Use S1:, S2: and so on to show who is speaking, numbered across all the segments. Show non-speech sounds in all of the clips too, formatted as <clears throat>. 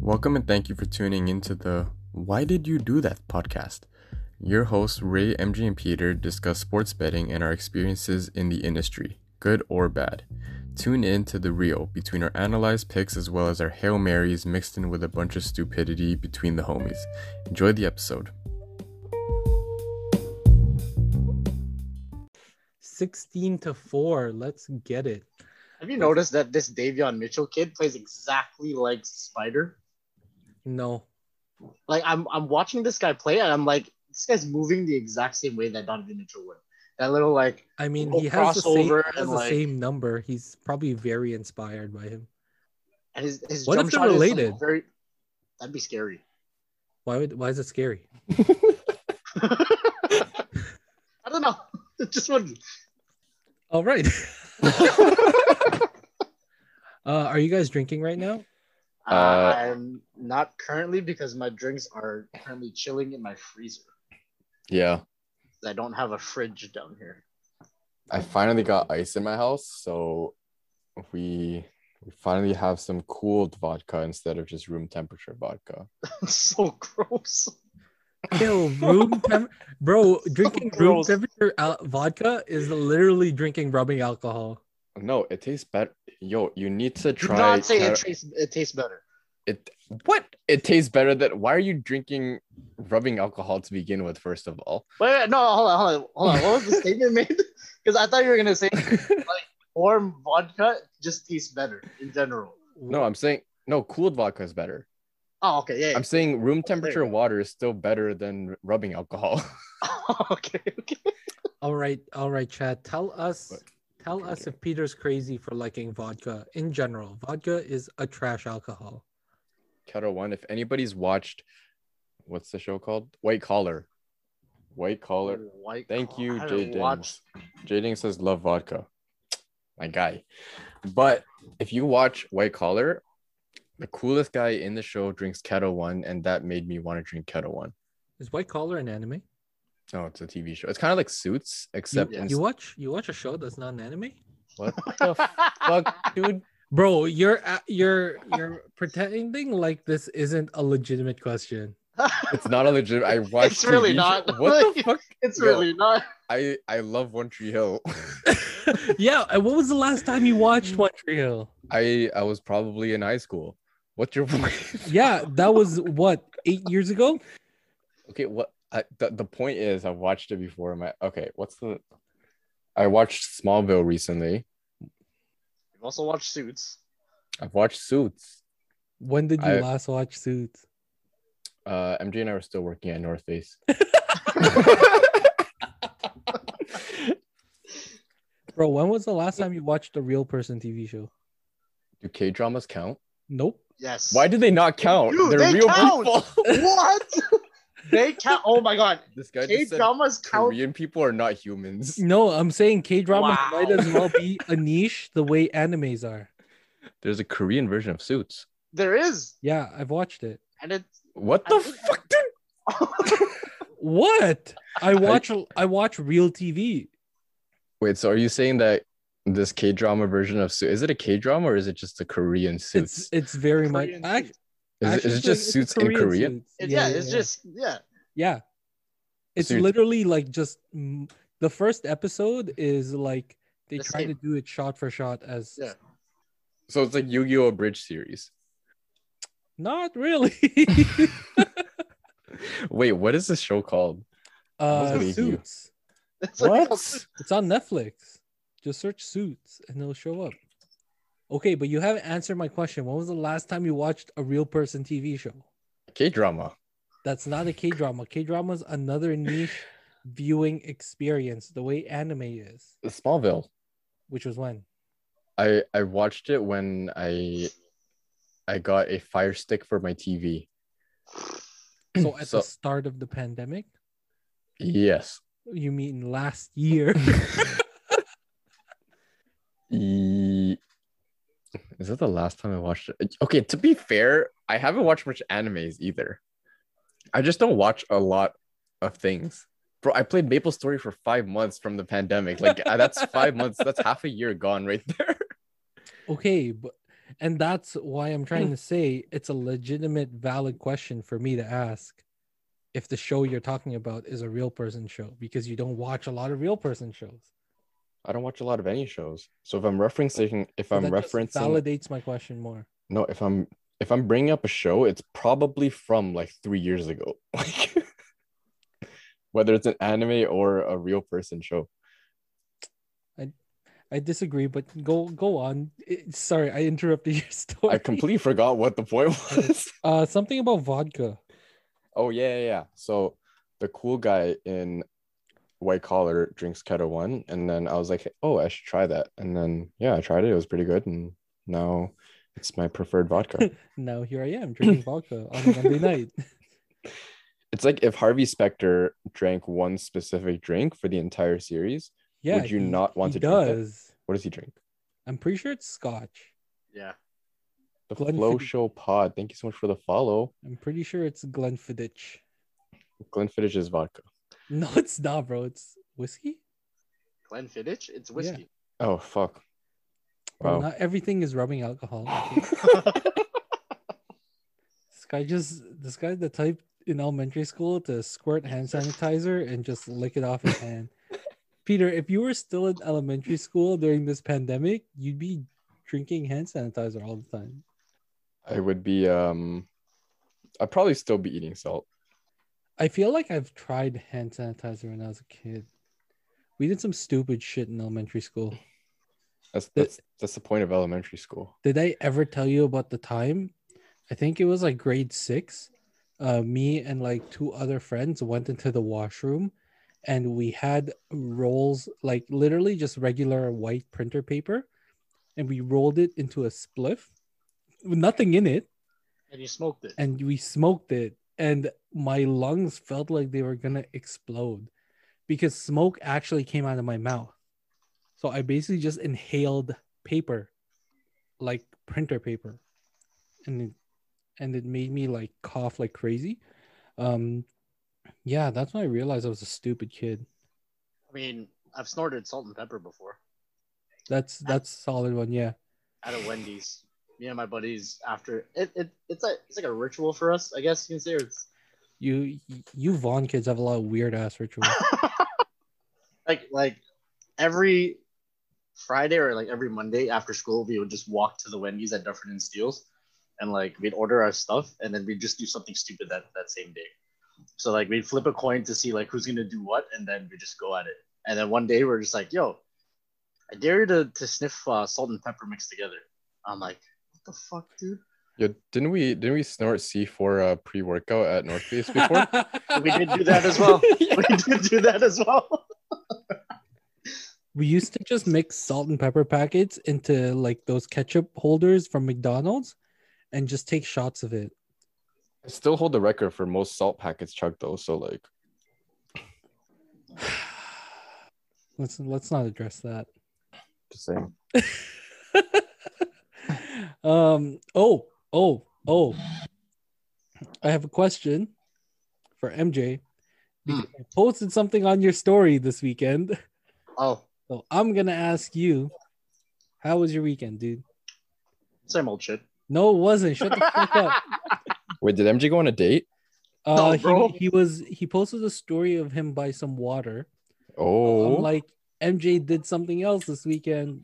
S1: Welcome and thank you for tuning into the Why Did You Do That podcast. Your hosts, Ray, MG, and Peter, discuss sports betting and our experiences in the industry, good or bad. Tune in to the real between our analyzed picks as well as our Hail Marys mixed in with a bunch of stupidity between the homies. Enjoy the episode. <laughs>
S2: 16 to 4. Let's get it.
S3: Have you noticed that this Davion Mitchell kid plays exactly like Spider?
S2: No.
S3: Like I'm I'm watching this guy play and I'm like, this guy's moving the exact same way that Donovan Mitchell would. That little like
S2: I mean,
S3: Little
S2: he has the same,
S3: crossover
S2: has
S3: and,
S2: the
S3: like-
S2: same number. He's probably very inspired by him.
S3: and his his
S2: What if
S3: jump
S2: they're
S3: shot is, like,
S2: related?
S3: very that'd be scary. <laughs>
S2: Why would why is it scary?
S3: I don't know. <laughs> It just wouldn't.
S2: All right. <laughs> uh, are you guys drinking right <laughs> now?
S1: Uh,
S3: I'm not currently because my drinks are currently chilling in my freezer.
S1: Yeah,
S3: I don't have a fridge down here. <laughs>
S1: I finally got ice in my house, so we we finally have some cooled vodka instead of just room temperature vodka.
S3: so gross.
S2: Yo, <laughs> room temp- bro, drinking room
S3: gross.
S2: temperature al- vodka is literally drinking rubbing alcohol.
S1: No, it tastes better. Yo, you need to
S3: Do
S1: try.
S3: not say
S1: car-
S3: it tastes it tastes better.
S1: it what it tastes better than why are you drinking rubbing alcohol to begin with first of
S3: <laughs>
S1: all
S3: Wait, wait, no, hold on, hold on, hold on. What was the statement made? Because I thought you were gonna say warm vodka just tastes better in general.
S1: no i'm saying no cooled vodka is better
S3: Oh, okay, yeah. <laughs>
S1: i'm saying room temperature
S3: Okay.
S1: water is still better than rubbing alcohol <laughs>
S3: yeah. Oh, okay, okay.
S2: All right, all right, Chad. Tell us,
S1: What?
S2: tell
S1: Okay,
S2: us
S1: okay.
S2: if Peter's crazy for liking vodka in general. Vodka is a trash alcohol.
S1: kettle one if anybody's watched what's the show called white collar white collar
S3: White
S1: Thank
S3: Claw.
S1: you,
S3: I haven't
S1: Jaden.
S3: watched-
S1: Jaden says love vodka. My guy. But if you watch White Collar, the coolest guy in the show drinks Keto One, and that made me want to drink Keto One.
S2: Is White Collar an anime? You-
S1: No, it's a TV show. It's kind of like Suits, except
S2: You,
S1: in-
S2: watch you watch a show that's not an anime,
S1: what
S3: <laughs>
S1: the fuck, dude?
S2: bro. You're a- you're you're pretending like this isn't a legitimate question.
S1: It's not a legit.
S3: <laughs>
S1: I watched.
S3: It's really
S1: TV
S3: not.
S1: show- What
S3: <laughs>
S1: the fuck?
S3: it's
S1: Yo.
S3: really not.
S1: I I love One Tree Hill. <laughs>
S2: yeah, and when was the last time you watched One Tree Hill?
S1: I I was probably in high school. What's your point? <laughs>
S2: Yeah, that was what eight years ago.
S1: Okay, what I, the, the point is, I watched it before. My okay, what's the? I watched Smallville recently.
S3: I've also watched Suits.
S1: I've watched Suits.
S2: When did you
S1: I-
S2: last watch Suits?
S1: Uh, MJ and I were still working at North Face.
S2: Bro, when was the last time you watched a real person TV show?
S1: Do K dramas count?
S2: Nope.
S3: Yes.
S1: Why do they not count?
S3: Dude,
S1: They're
S3: they
S1: real
S3: count!
S1: people. <laughs>
S3: what? they count. Oh my god.
S1: this guy
S3: K
S1: just said
S3: dramas count.
S1: Korean people are not humans.
S2: No, I'm saying K dramas
S3: Wow.
S2: might as well be a niche the way animes are.
S1: There's a Korean version of Suits.
S3: There is,
S2: Yeah, I've watched it.
S3: and it's <laughs>
S1: What
S3: I
S1: the
S3: think-
S1: fuck, dude?
S2: What? I watch I watch real TV.
S1: Wait, so are you saying that this K drama version of Suits is it a K drama or is it just a Korean Suits?
S2: It's it's very much
S3: Korean
S2: act-
S3: Suits.
S1: is, it,
S2: actually,
S1: is it just
S2: it's
S1: Suits in
S2: Korean
S1: Korean?
S2: Suits.
S3: It- yeah, it's just yeah. <laughs>
S2: yeah. It's
S1: Suits.
S2: literally like just mm, the first episode is like they
S3: The
S2: try to
S3: same.
S2: do it shot for shot as
S3: Yeah.
S1: So it's like Yu-Gi-Oh! Bridge series.
S2: not really. <laughs>
S1: Wait, what is this show called?
S2: uh,
S1: Wasn't it you?
S2: suits.
S3: It's like-
S2: It's on Netflix. Just search Suits and it'll show up. Okay, but you haven't answered my question. When was the last time you watched a real person TV show?
S1: K drama.
S2: That's not a K drama. K drama is another niche viewing experience, the way anime is,
S1: Smallville.
S2: which was when?
S1: I I watched it when I I got a fire stick for my TV.
S2: So at
S1: So-
S2: the start of the pandemic?
S1: Yes.
S2: You mean last year?
S1: E- Is that the last time I watched it? Okay, to be fair, I haven't watched much animes either. I just don't watch a lot of things. Bro, I played Maple Story for five months from the uh,
S2: <laughs>
S1: pandemic. Like that's five months. That's half a year gone right there.
S2: okay, but and that's why I'm trying to say it's a legitimate, valid question for me to ask if the show you're talking about is a real person show because you don't watch a lot of real person shows.
S1: <laughs> I don't watch a lot of any shows. So if I'm referencing, if
S2: So
S1: I'm
S2: that just
S1: referencing,
S2: validates my question more.
S1: no, if I'm if I'm bringing up a show, it's probably from like three years ago. <laughs> Like whether it's an anime or a real person show.
S2: I disagree, but go go on. It- sorry, I interrupted your <laughs> story.
S1: I completely forgot what the point <laughs> was.
S2: uh something about vodka.
S1: Oh yeah, yeah, yeah. So the cool guy in white collar drinks Keto One, and then I was like, oh, I should try that. And then yeah, I tried it. It was pretty good, and now it's my preferred vodka.
S2: Now here I
S1: <laughs>
S2: am drinking vodka on a Monday night.
S1: It's like if Harvey Specter drank one specific drink for the entire series.
S2: Yeah,
S1: Would you
S2: he-
S1: not want
S2: he
S1: to drink it?
S2: does.
S1: What does he drink?
S2: I'm pretty sure it's Scotch.
S3: Yeah.
S1: The
S2: Glenfiddich.
S1: Flow Show Pod. Thank you so much for the follow.
S2: I'm pretty sure it's Glenfiddich. <laughs>
S1: Glenfiddich is vodka.
S2: No, it's not, bro. It's whiskey.
S3: Glenfiddich? It's whiskey.
S1: Oh fuck.
S2: Bro,
S1: Wow.
S2: not everything is rubbing alcohol. okay?
S1: <laughs>
S2: this guy just this guy's the type in elementary school to squirt hand sanitizer and just lick it off his hand. Peter, if you were still in elementary school during this pandemic, you'd be drinking hand sanitizer all the time.
S1: I would be um I'd probably still be eating salt.
S2: I feel like I've tried hand sanitizer when I was a kid. We did some stupid shit in elementary school.
S1: That's
S2: The-
S1: that's that's the point of elementary school.
S2: Did I ever tell you about the time? I think it was like grade six. Uh, me and like two other friends went into the washroom and we had rolls, like literally just regular white printer paper, and we rolled it into a spliff with nothing in it
S3: and you smoked it.
S2: and we smoked it and my lungs felt like they were gonna explode because smoke actually came out of my mouth so i basically just inhaled paper like printer paper and it, and it made me like cough like crazy um yeah that's when i realized i was a stupid kid
S3: I mean, I've snorted salt and pepper before
S2: that's that's a solid one yeah
S3: at a Wendy's. Me and my buddies after it, it it's like it's like a ritual for us, I guess you can say. It's,
S2: you you vaughn kids have a lot of weird ass rituals
S3: like like every Friday or like every Monday after school, we would just walk to the Wendy's at Dufferin and Steele's, and like we'd order our stuff, and then we'd just do something stupid that that same day. So like we'd flip a coin to see like who's gonna do what, and then we just go at it. And then one day we're just like, "Yo, I dare you to to sniff uh, salt and pepper mixed together." I'm like, "What the fuck, dude?"
S1: Yeah, didn't we didn't we snort C4 uh, pre-workout at North <laughs> Face before?
S3: We did do that as
S2: <laughs>
S3: well.
S2: Yeah.
S3: <laughs> We did do that as well.
S2: We used to just mix salt and pepper packets into like those ketchup holders from McDonald's and just take shots of it. <sighs>
S1: I still hold the record for most salt packets chugged though, so like
S2: Let's let's not address
S3: <laughs>
S2: that.
S1: just saying.
S2: um oh, oh, oh. I have a question for MJ. Because
S3: Hmm.
S2: I posted something on your story this weekend.
S3: Oh,
S2: So I'm gonna ask you, how was your weekend, dude?
S3: same old shit.
S2: No, it wasn't. Shut the fuck up.
S1: Wait, did MJ go on a date?
S3: <laughs> No,
S2: Uh,
S3: bro.
S2: he, he was he posted a story of him by some water.
S1: Oh,
S2: I'm like MJ did something else this weekend, and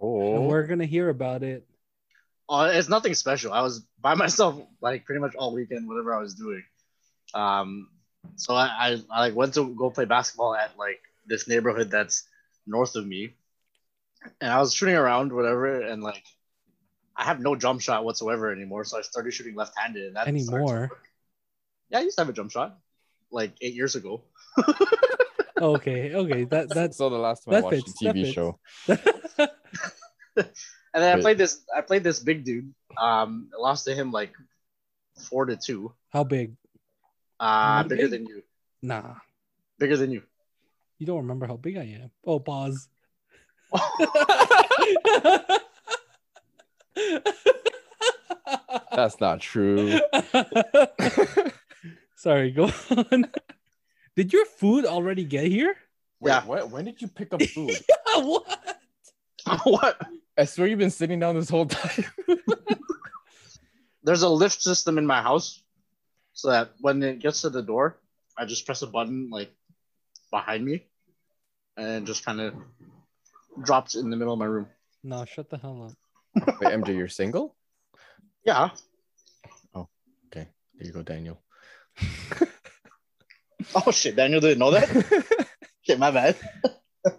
S1: oh.
S2: we're gonna hear about it.
S3: Uh, it's nothing special. I was by myself like pretty much all weekend, whatever I was doing. Um, so I, I, I like went to go play basketball at like this neighborhood that's north of me, and I was shooting around whatever, and like I have no jump shot whatsoever anymore. So I started shooting left-handed. And that starts-
S2: Anymore?
S3: Yeah, I used to have a jump shot like eight years ago.
S2: Oh, Okay, okay, that that's
S1: so the last time I
S2: that
S1: watched
S2: fits,
S1: a
S2: that
S1: TV
S2: fits.
S1: show.
S3: And then I
S1: Wait.
S3: played this. I played this big dude. Um, I lost to him like four to two.
S2: how big?
S3: Uh,
S2: Not
S3: bigger
S2: big.
S3: than you.
S2: Nah,
S3: Bigger than you. <laughs>
S2: you don't remember how big I am. Oh, pause. <laughs>
S1: That's not
S2: <laughs>
S1: true.
S2: Sorry, go on. <laughs> Did your food already get here?
S1: Wait,
S3: Yeah.
S1: what, when did you pick <laughs> up food?
S2: what?
S3: <laughs> what?
S1: I swear you've been sitting down this whole time.
S3: there's a lift system in my house, so that when it gets to the door, I just press a button like behind me, and just kind of drops in the middle of my room.
S2: No, shut the hell
S1: <laughs>
S2: up.
S1: Wait, MJ, you're single?
S3: Yeah. <laughs>
S1: There you go, Daniel.
S3: Oh shit, Daniel didn't know that. <laughs> shit, my bad.
S1: <laughs>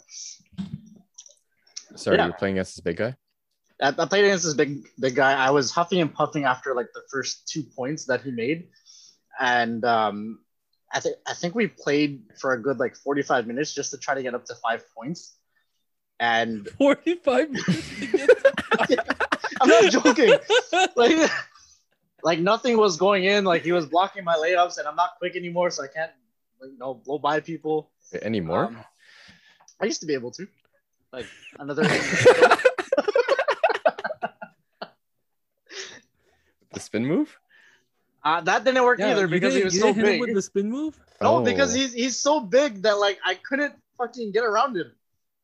S1: Sorry,
S3: Yeah.
S1: you're playing against this big guy.
S3: I, I played against this big big guy. I was huffing and puffing after like the first two points that he made, and um, I think I think we played for a good like forty five minutes just to try to get up to five points. And <laughs>
S2: 45 minutes to get to
S3: I'm not joking. like, like nothing was going in. Like he was blocking my layups, and I'm not quick anymore, so I can't like you know blow by people.
S1: Wait, Any more?
S3: Um, I used to be able to. Like
S2: <laughs>
S3: another.
S1: the spin move?
S3: uh, that didn't
S2: <laughs>
S3: work
S2: Yeah,
S3: either
S2: you
S3: because he
S2: didn't-
S3: was
S2: you
S3: so
S2: didn't hit him
S3: big.
S2: with the spin move.
S3: No, because he's he's so big that like I couldn't fucking get around him.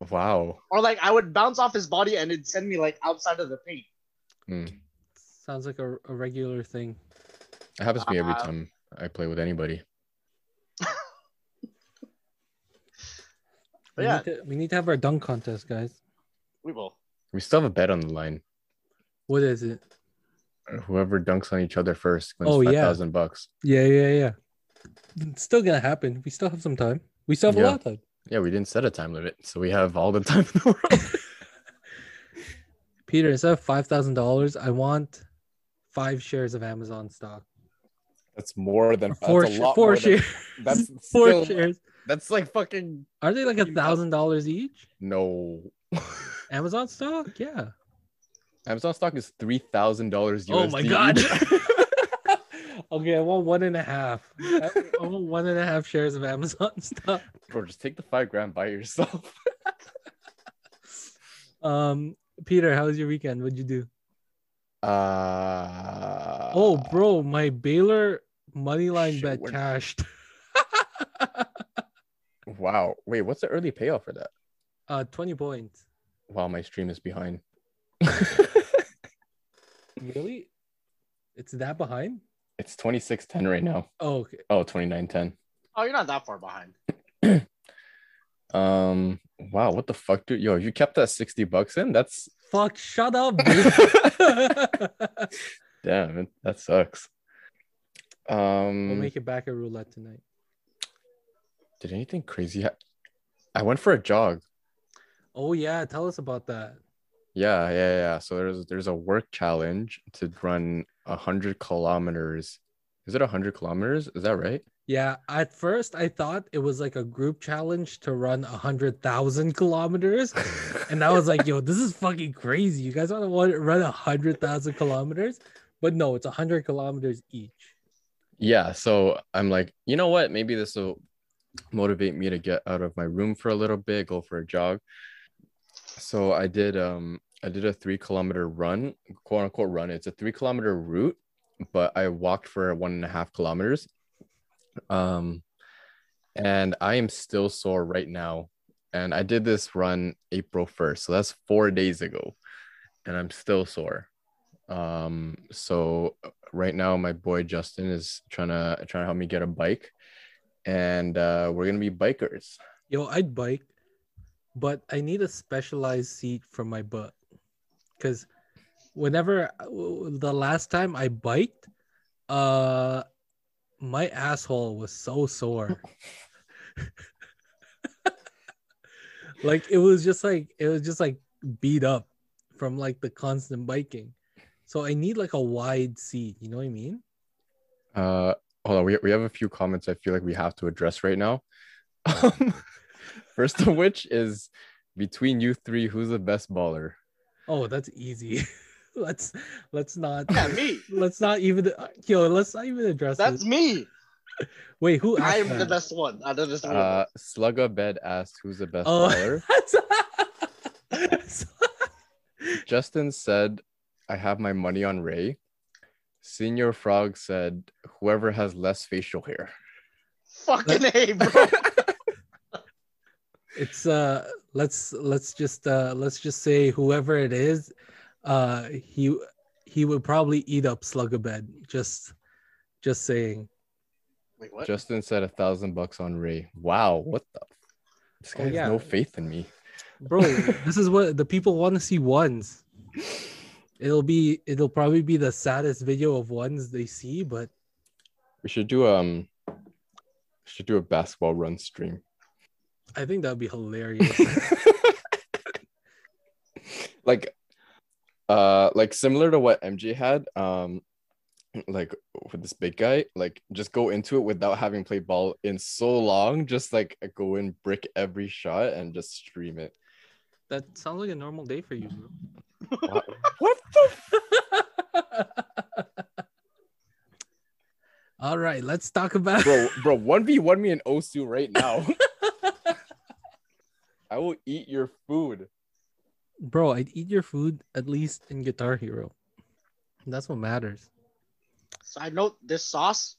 S1: Oh, wow.
S3: Or like I would bounce off his body and it'd send me like outside of the paint.
S2: Sounds like a, a regular thing.
S1: It happens to me every
S3: Uh,
S1: time I play with anybody.
S3: But
S2: We,
S3: yeah.
S2: need to, we need to have our dunk contest, guys.
S3: We will.
S1: We still have a bet on the line.
S2: What is it?
S1: Whoever dunks on each other first wins
S2: Oh, yeah.
S1: five thousand bucks.
S2: Yeah, yeah, yeah. It's still gonna happen. We still have some time. We still have a
S1: Yeah.
S2: lot of time.
S1: Yeah, we didn't set a time limit, so we have all the time in the
S2: <laughs>
S1: world.
S2: Peter, instead of five thousand dollars, I want five shares of Amazon stock.
S1: That's more than
S2: Or four, sh-
S1: <laughs>
S2: four shares. <laughs> four shares.
S1: that's like fucking
S2: Are they like a thousand dollars each?
S1: no.
S2: Amazon stock? Yeah.
S1: Amazon stock is three thousand dollars.
S2: Oh my god.
S1: E? <laughs>
S2: <laughs> okay, I want one and a half. I, I want one and a half shares of Amazon <laughs> stock.
S1: Bro, just take the five grand by yourself.
S2: Um, Peter, how was your weekend? What'd you do?
S1: Uh
S2: oh, bro, my Baylor money line
S1: shit,
S2: bet
S1: what-
S2: cashed. <laughs>
S1: Wow. Wait, what's the early payoff for that?
S2: Uh, twenty points.
S1: Wow, my stream is
S2: <laughs>
S1: behind.
S2: Really? It's that behind?
S1: it's 2610 right now.
S2: Oh, okay.
S1: Oh, 2910.
S3: Oh, you're not that
S2: <laughs>
S3: far behind.
S1: Um wow, what the fuck dude? Yo, you kept that 60 bucks in?
S2: <laughs>
S1: That's
S2: Fuck, shut up.
S1: <laughs>
S2: dude.
S1: damn, it- that sucks.
S2: <laughs> we'll
S1: Um
S2: make it back at roulette tonight.
S1: did anything crazy ha- I went for a jog.
S2: Oh yeah, tell us about that.
S1: Yeah, yeah, yeah. So there's there's a work challenge to run 100 kilometers. Is it 100 kilometers? Is that
S2: <laughs>
S1: right?
S2: Yeah, at first I thought it was like a group challenge to run a hundred thousand kilometers, and I was like, "Yo, this is fucking crazy! You guys want to run a hundred thousand kilometers?" But no, it's a hundred kilometers each.
S1: yeah so i'm like you know what maybe this will motivate me to get out of my room for a little bit go for a jog so i did um i did a three kilometer run quote unquote run it's a three kilometer route but i walked for one and a half kilometers um and i am still sore right now and i did this run april 1st so that's four days ago and i'm still sore um so right now my boy Justin is trying to trying to help me get a bike and uh, we're gonna be bikers.
S2: Yo, I'd bike, but I need a specialized seat for my butt. Cause whenever uh, the last time I biked, uh my asshole was so sore. <laughs> like it was just like it was just like beat up from like the constant biking. So I need like a wide seat, you know what I mean?
S1: Uh, hold on, we, we have a few comments I feel like we have to address right now. <laughs> Um, first of which is between you three, who's the best baller?
S2: Oh, that's easy. <laughs> let's let's not
S3: Yeah, me.
S2: let's not even yo let's not even address
S3: That's
S2: this
S3: me.
S2: wait who asked
S3: I'm
S2: <laughs>
S3: the
S2: that?
S3: best one out of this room.
S1: Uh, Slugga Bed asked who's the best
S2: Oh.
S1: baller.
S2: That's-
S1: Justin said, "I have my money on Ray." Senior Frog said, "Whoever has less facial hair."
S3: Fucking
S2: <laughs>
S3: A, bro.
S2: it's uh let's let's just uh let's just say whoever it is uh he he would probably eat up Slugabed. Just, just saying.
S3: Wait, what?
S1: Justin said a thousand bucks on Ray. Wow, what the? This guy
S2: Oh,
S1: has
S2: yeah.
S1: no faith in me.
S2: <laughs> bro this is what the people want to see ones it'll be it'll probably be the saddest video of ones they see but
S1: We should do um, should do a basketball run stream. <laughs>
S2: i think that'd be hilarious
S1: like, uh, like similar to what MJ had, um, like with this big guy, like just go into it without having played ball in so long. Just like go and brick every shot and just stream it.
S2: that sounds like a normal day for you bro.
S1: what the?
S2: <laughs> all right let's talk about
S1: bro, bro, one v one me in Osu right now. I will eat your food.
S2: <laughs> bro i'd eat your food at least in guitar hero that's what matters
S3: Side note: This sauce.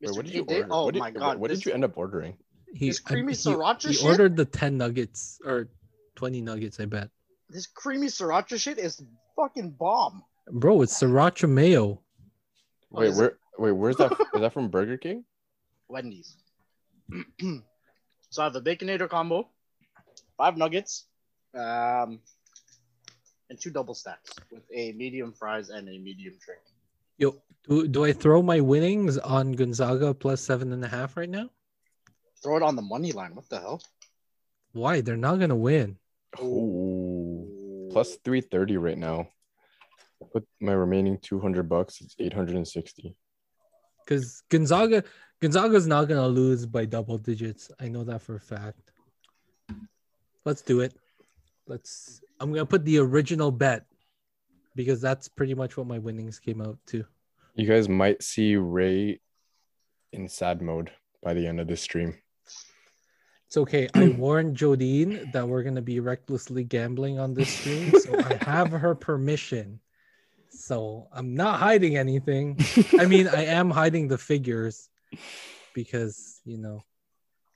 S1: Wait,
S3: Mr.
S1: what did you
S3: K did-
S1: order?
S3: Oh
S1: what did,
S3: my
S1: what-
S3: god!
S1: What
S3: this-
S1: did you end up ordering?
S2: he,
S3: This creamy
S2: he-
S3: sriracha
S2: he
S3: shit?
S2: ordered the 10 nuggets or 20 nuggets i bet
S3: This creamy sriracha shit is fucking bomb.
S2: bro it's sriracha mayo
S3: Oh,
S1: wait,
S3: is
S1: where? Wait, where's that? is that from Burger
S3: <laughs>
S1: King?
S3: Wendy's. <clears throat> so I have the baconator combo, five nuggets, um, and two double stacks with a medium fries and a medium drink.
S2: Yo, do, do I throw my winnings on Gonzaga plus seven and a half right now?
S3: Throw it on the money line. What the hell?
S2: Why? They're not gonna win.
S1: Oh,
S3: <laughs>
S1: plus three thirty right now. Put my remaining two hundred bucks. It's eight hundred and sixty.
S2: Because Gonzaga Gonzaga's not gonna lose by double digits. I know that for a fact. Let's do it. Let's I'm gonna put the original bet because that's pretty much what my winnings came out to.
S1: You guys might see Ray in sad mode by the end of this stream.
S2: It's okay. I warned Jodine that we're gonna be recklessly gambling on this stream, so I have her permission. So I'm not hiding anything. I mean, I am hiding the figures because you know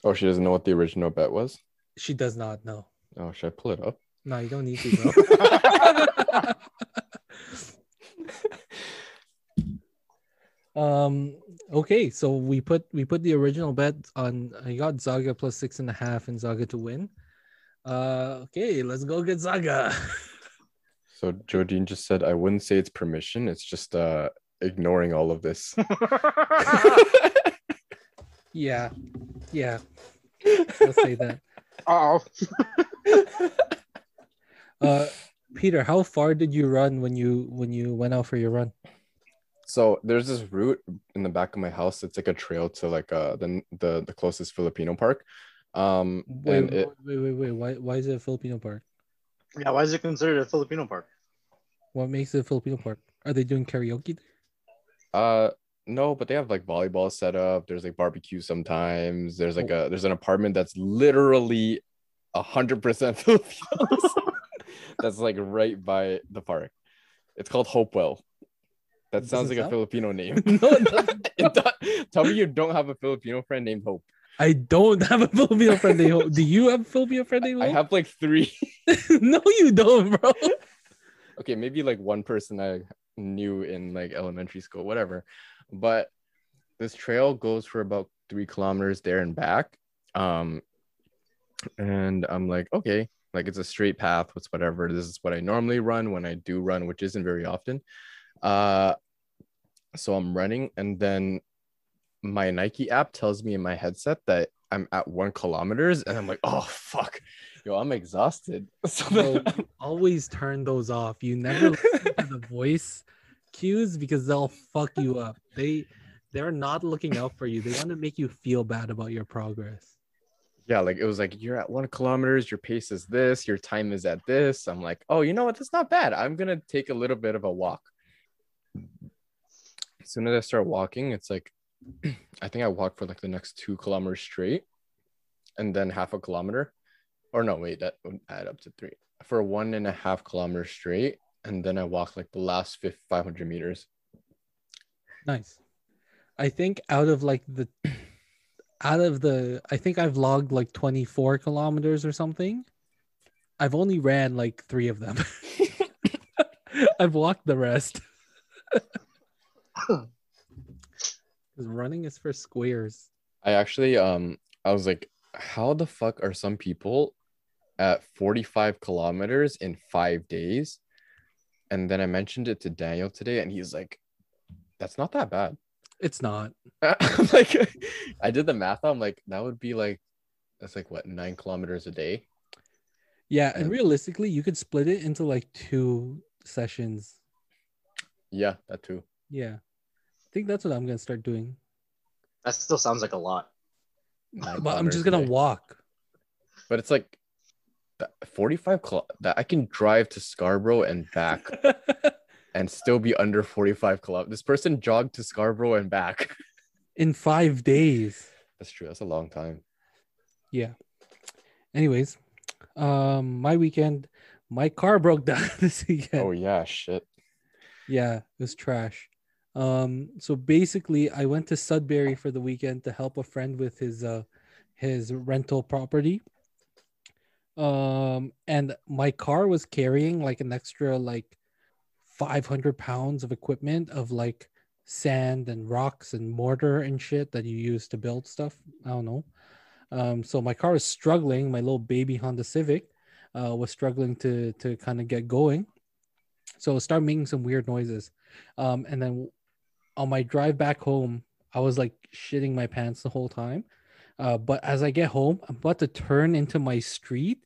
S1: Oh, she doesn't know what the original bet was.
S2: she does not know.
S1: Oh, should I pull it up?
S2: No, you don't need to, bro. <laughs> um. Okay, so we put we put the original bet on. I got Zaga plus six and a half and Zaga to win. Uh. Okay, let's go get Zaga. <laughs>
S1: So Jodine just said, I wouldn't say it's permission. It's just uh, ignoring all of
S2: <laughs>
S1: this. <laughs>
S2: yeah, yeah. Let's say that.
S3: Oh,
S2: Uh, Peter, how far did you run when you when you went out for your run?
S1: so there's this route in the back of my house. It's like a trail to like uh, the, the the closest Filipino park. Um,
S2: Wait,
S1: and it,
S2: wait, wait, wait. Why why is it a Filipino park?
S3: yeah. Why is it considered a Filipino park?
S2: What makes it a Filipino park? Are they doing karaoke? <laughs>
S1: Uh, no, but they have like volleyball set up. There's like barbecue sometimes. There's like a
S2: Oh.
S1: there's an apartment that's literally a hundred percent <laughs>
S2: <laughs>
S1: Filipinos. that's like right by the park. It's called Hopewell. That
S2: It
S1: sounds
S2: doesn't
S1: like a
S2: sound-
S1: Filipino name.
S2: No, it doesn't.
S1: <laughs> It do- Tell me you don't have a Filipino friend named Hope.
S2: I don't have a <laughs> Filipino friend. They hope. Do you have a Filipino friend? They
S1: I have like three.
S2: <laughs> no, you don't, bro.
S1: okay, maybe like one person I knew in like elementary school, whatever. But this trail goes for about three kilometers there and back. Um, and I'm like, okay, like it's a straight path, it's whatever. This is what I normally run when I do run, which isn't very often. Uh, so I'm running, and then my Nike app tells me in my headset that I'm at one kilometers, and I'm like, oh fuck, yo, I'm exhausted. <laughs> So
S2: Bro, <laughs>
S1: then
S2: you always turn those off. You never listen to the voice cues because they'll fuck you up. They they're not looking out for you. They want to make you feel bad about your progress.
S1: yeah, like it was like you're at one kilometers, your pace is this, your time is at this. I'm like, oh, you know what? That's not bad. I'm gonna take a little bit of a walk. As soon as I start walking, it's like <clears throat> I think I walked for like the next two kilometers straight and then half a kilometer. Or no, wait, that would add up to three for one and a half kilometers straight. And then I walked like the last fif- 500 meters.
S2: Nice. I think out of like the out of the I think I've logged like 24 kilometers or something. I've only ran like 3 of them. <laughs> I've walked the rest. Because running is for squares.
S1: I actually um I was like, how the fuck are some people at 45 kilometers in five days? And then I mentioned it to Daniel today, and he's like, that's not that bad. <laughs>
S2: It's not.
S1: I'm like <laughs> I did the math. I'm like, that would be like that's like what nine kilometers a day.
S2: Yeah, and
S1: And-
S2: realistically, you could split it into like two sessions.
S1: Yeah, that too.
S2: Yeah, I think that's what I'm gonna start doing.
S3: That still sounds like a lot.
S1: Nine
S2: But I'm
S1: kilometers
S2: just
S1: a
S2: gonna
S1: day.
S2: walk. <laughs>
S1: But it's like that 45 kilo that I can drive to Scarborough and back and still be under 45 kilometers. This person jogged to Scarborough and back.
S2: in five days.
S1: That's true. That's a long time.
S2: Yeah. Anyways, um, my weekend, my car broke down <laughs> this weekend.
S1: Oh yeah, shit.
S2: Yeah, it was trash. Um, so basically, I went to Sudbury for the weekend to help a friend with his uh his rental property. Um, and my car was carrying like an extra like 500 pounds of equipment of like sand and rocks and mortar and shit that you use to build stuff. I don't know. Um, so my car was struggling. My little baby Honda Civic uh, was struggling to to kind of get going so start making some weird noises um and then on my drive back home i was like shitting my pants the whole time uh but as i get home i'm about to turn into my street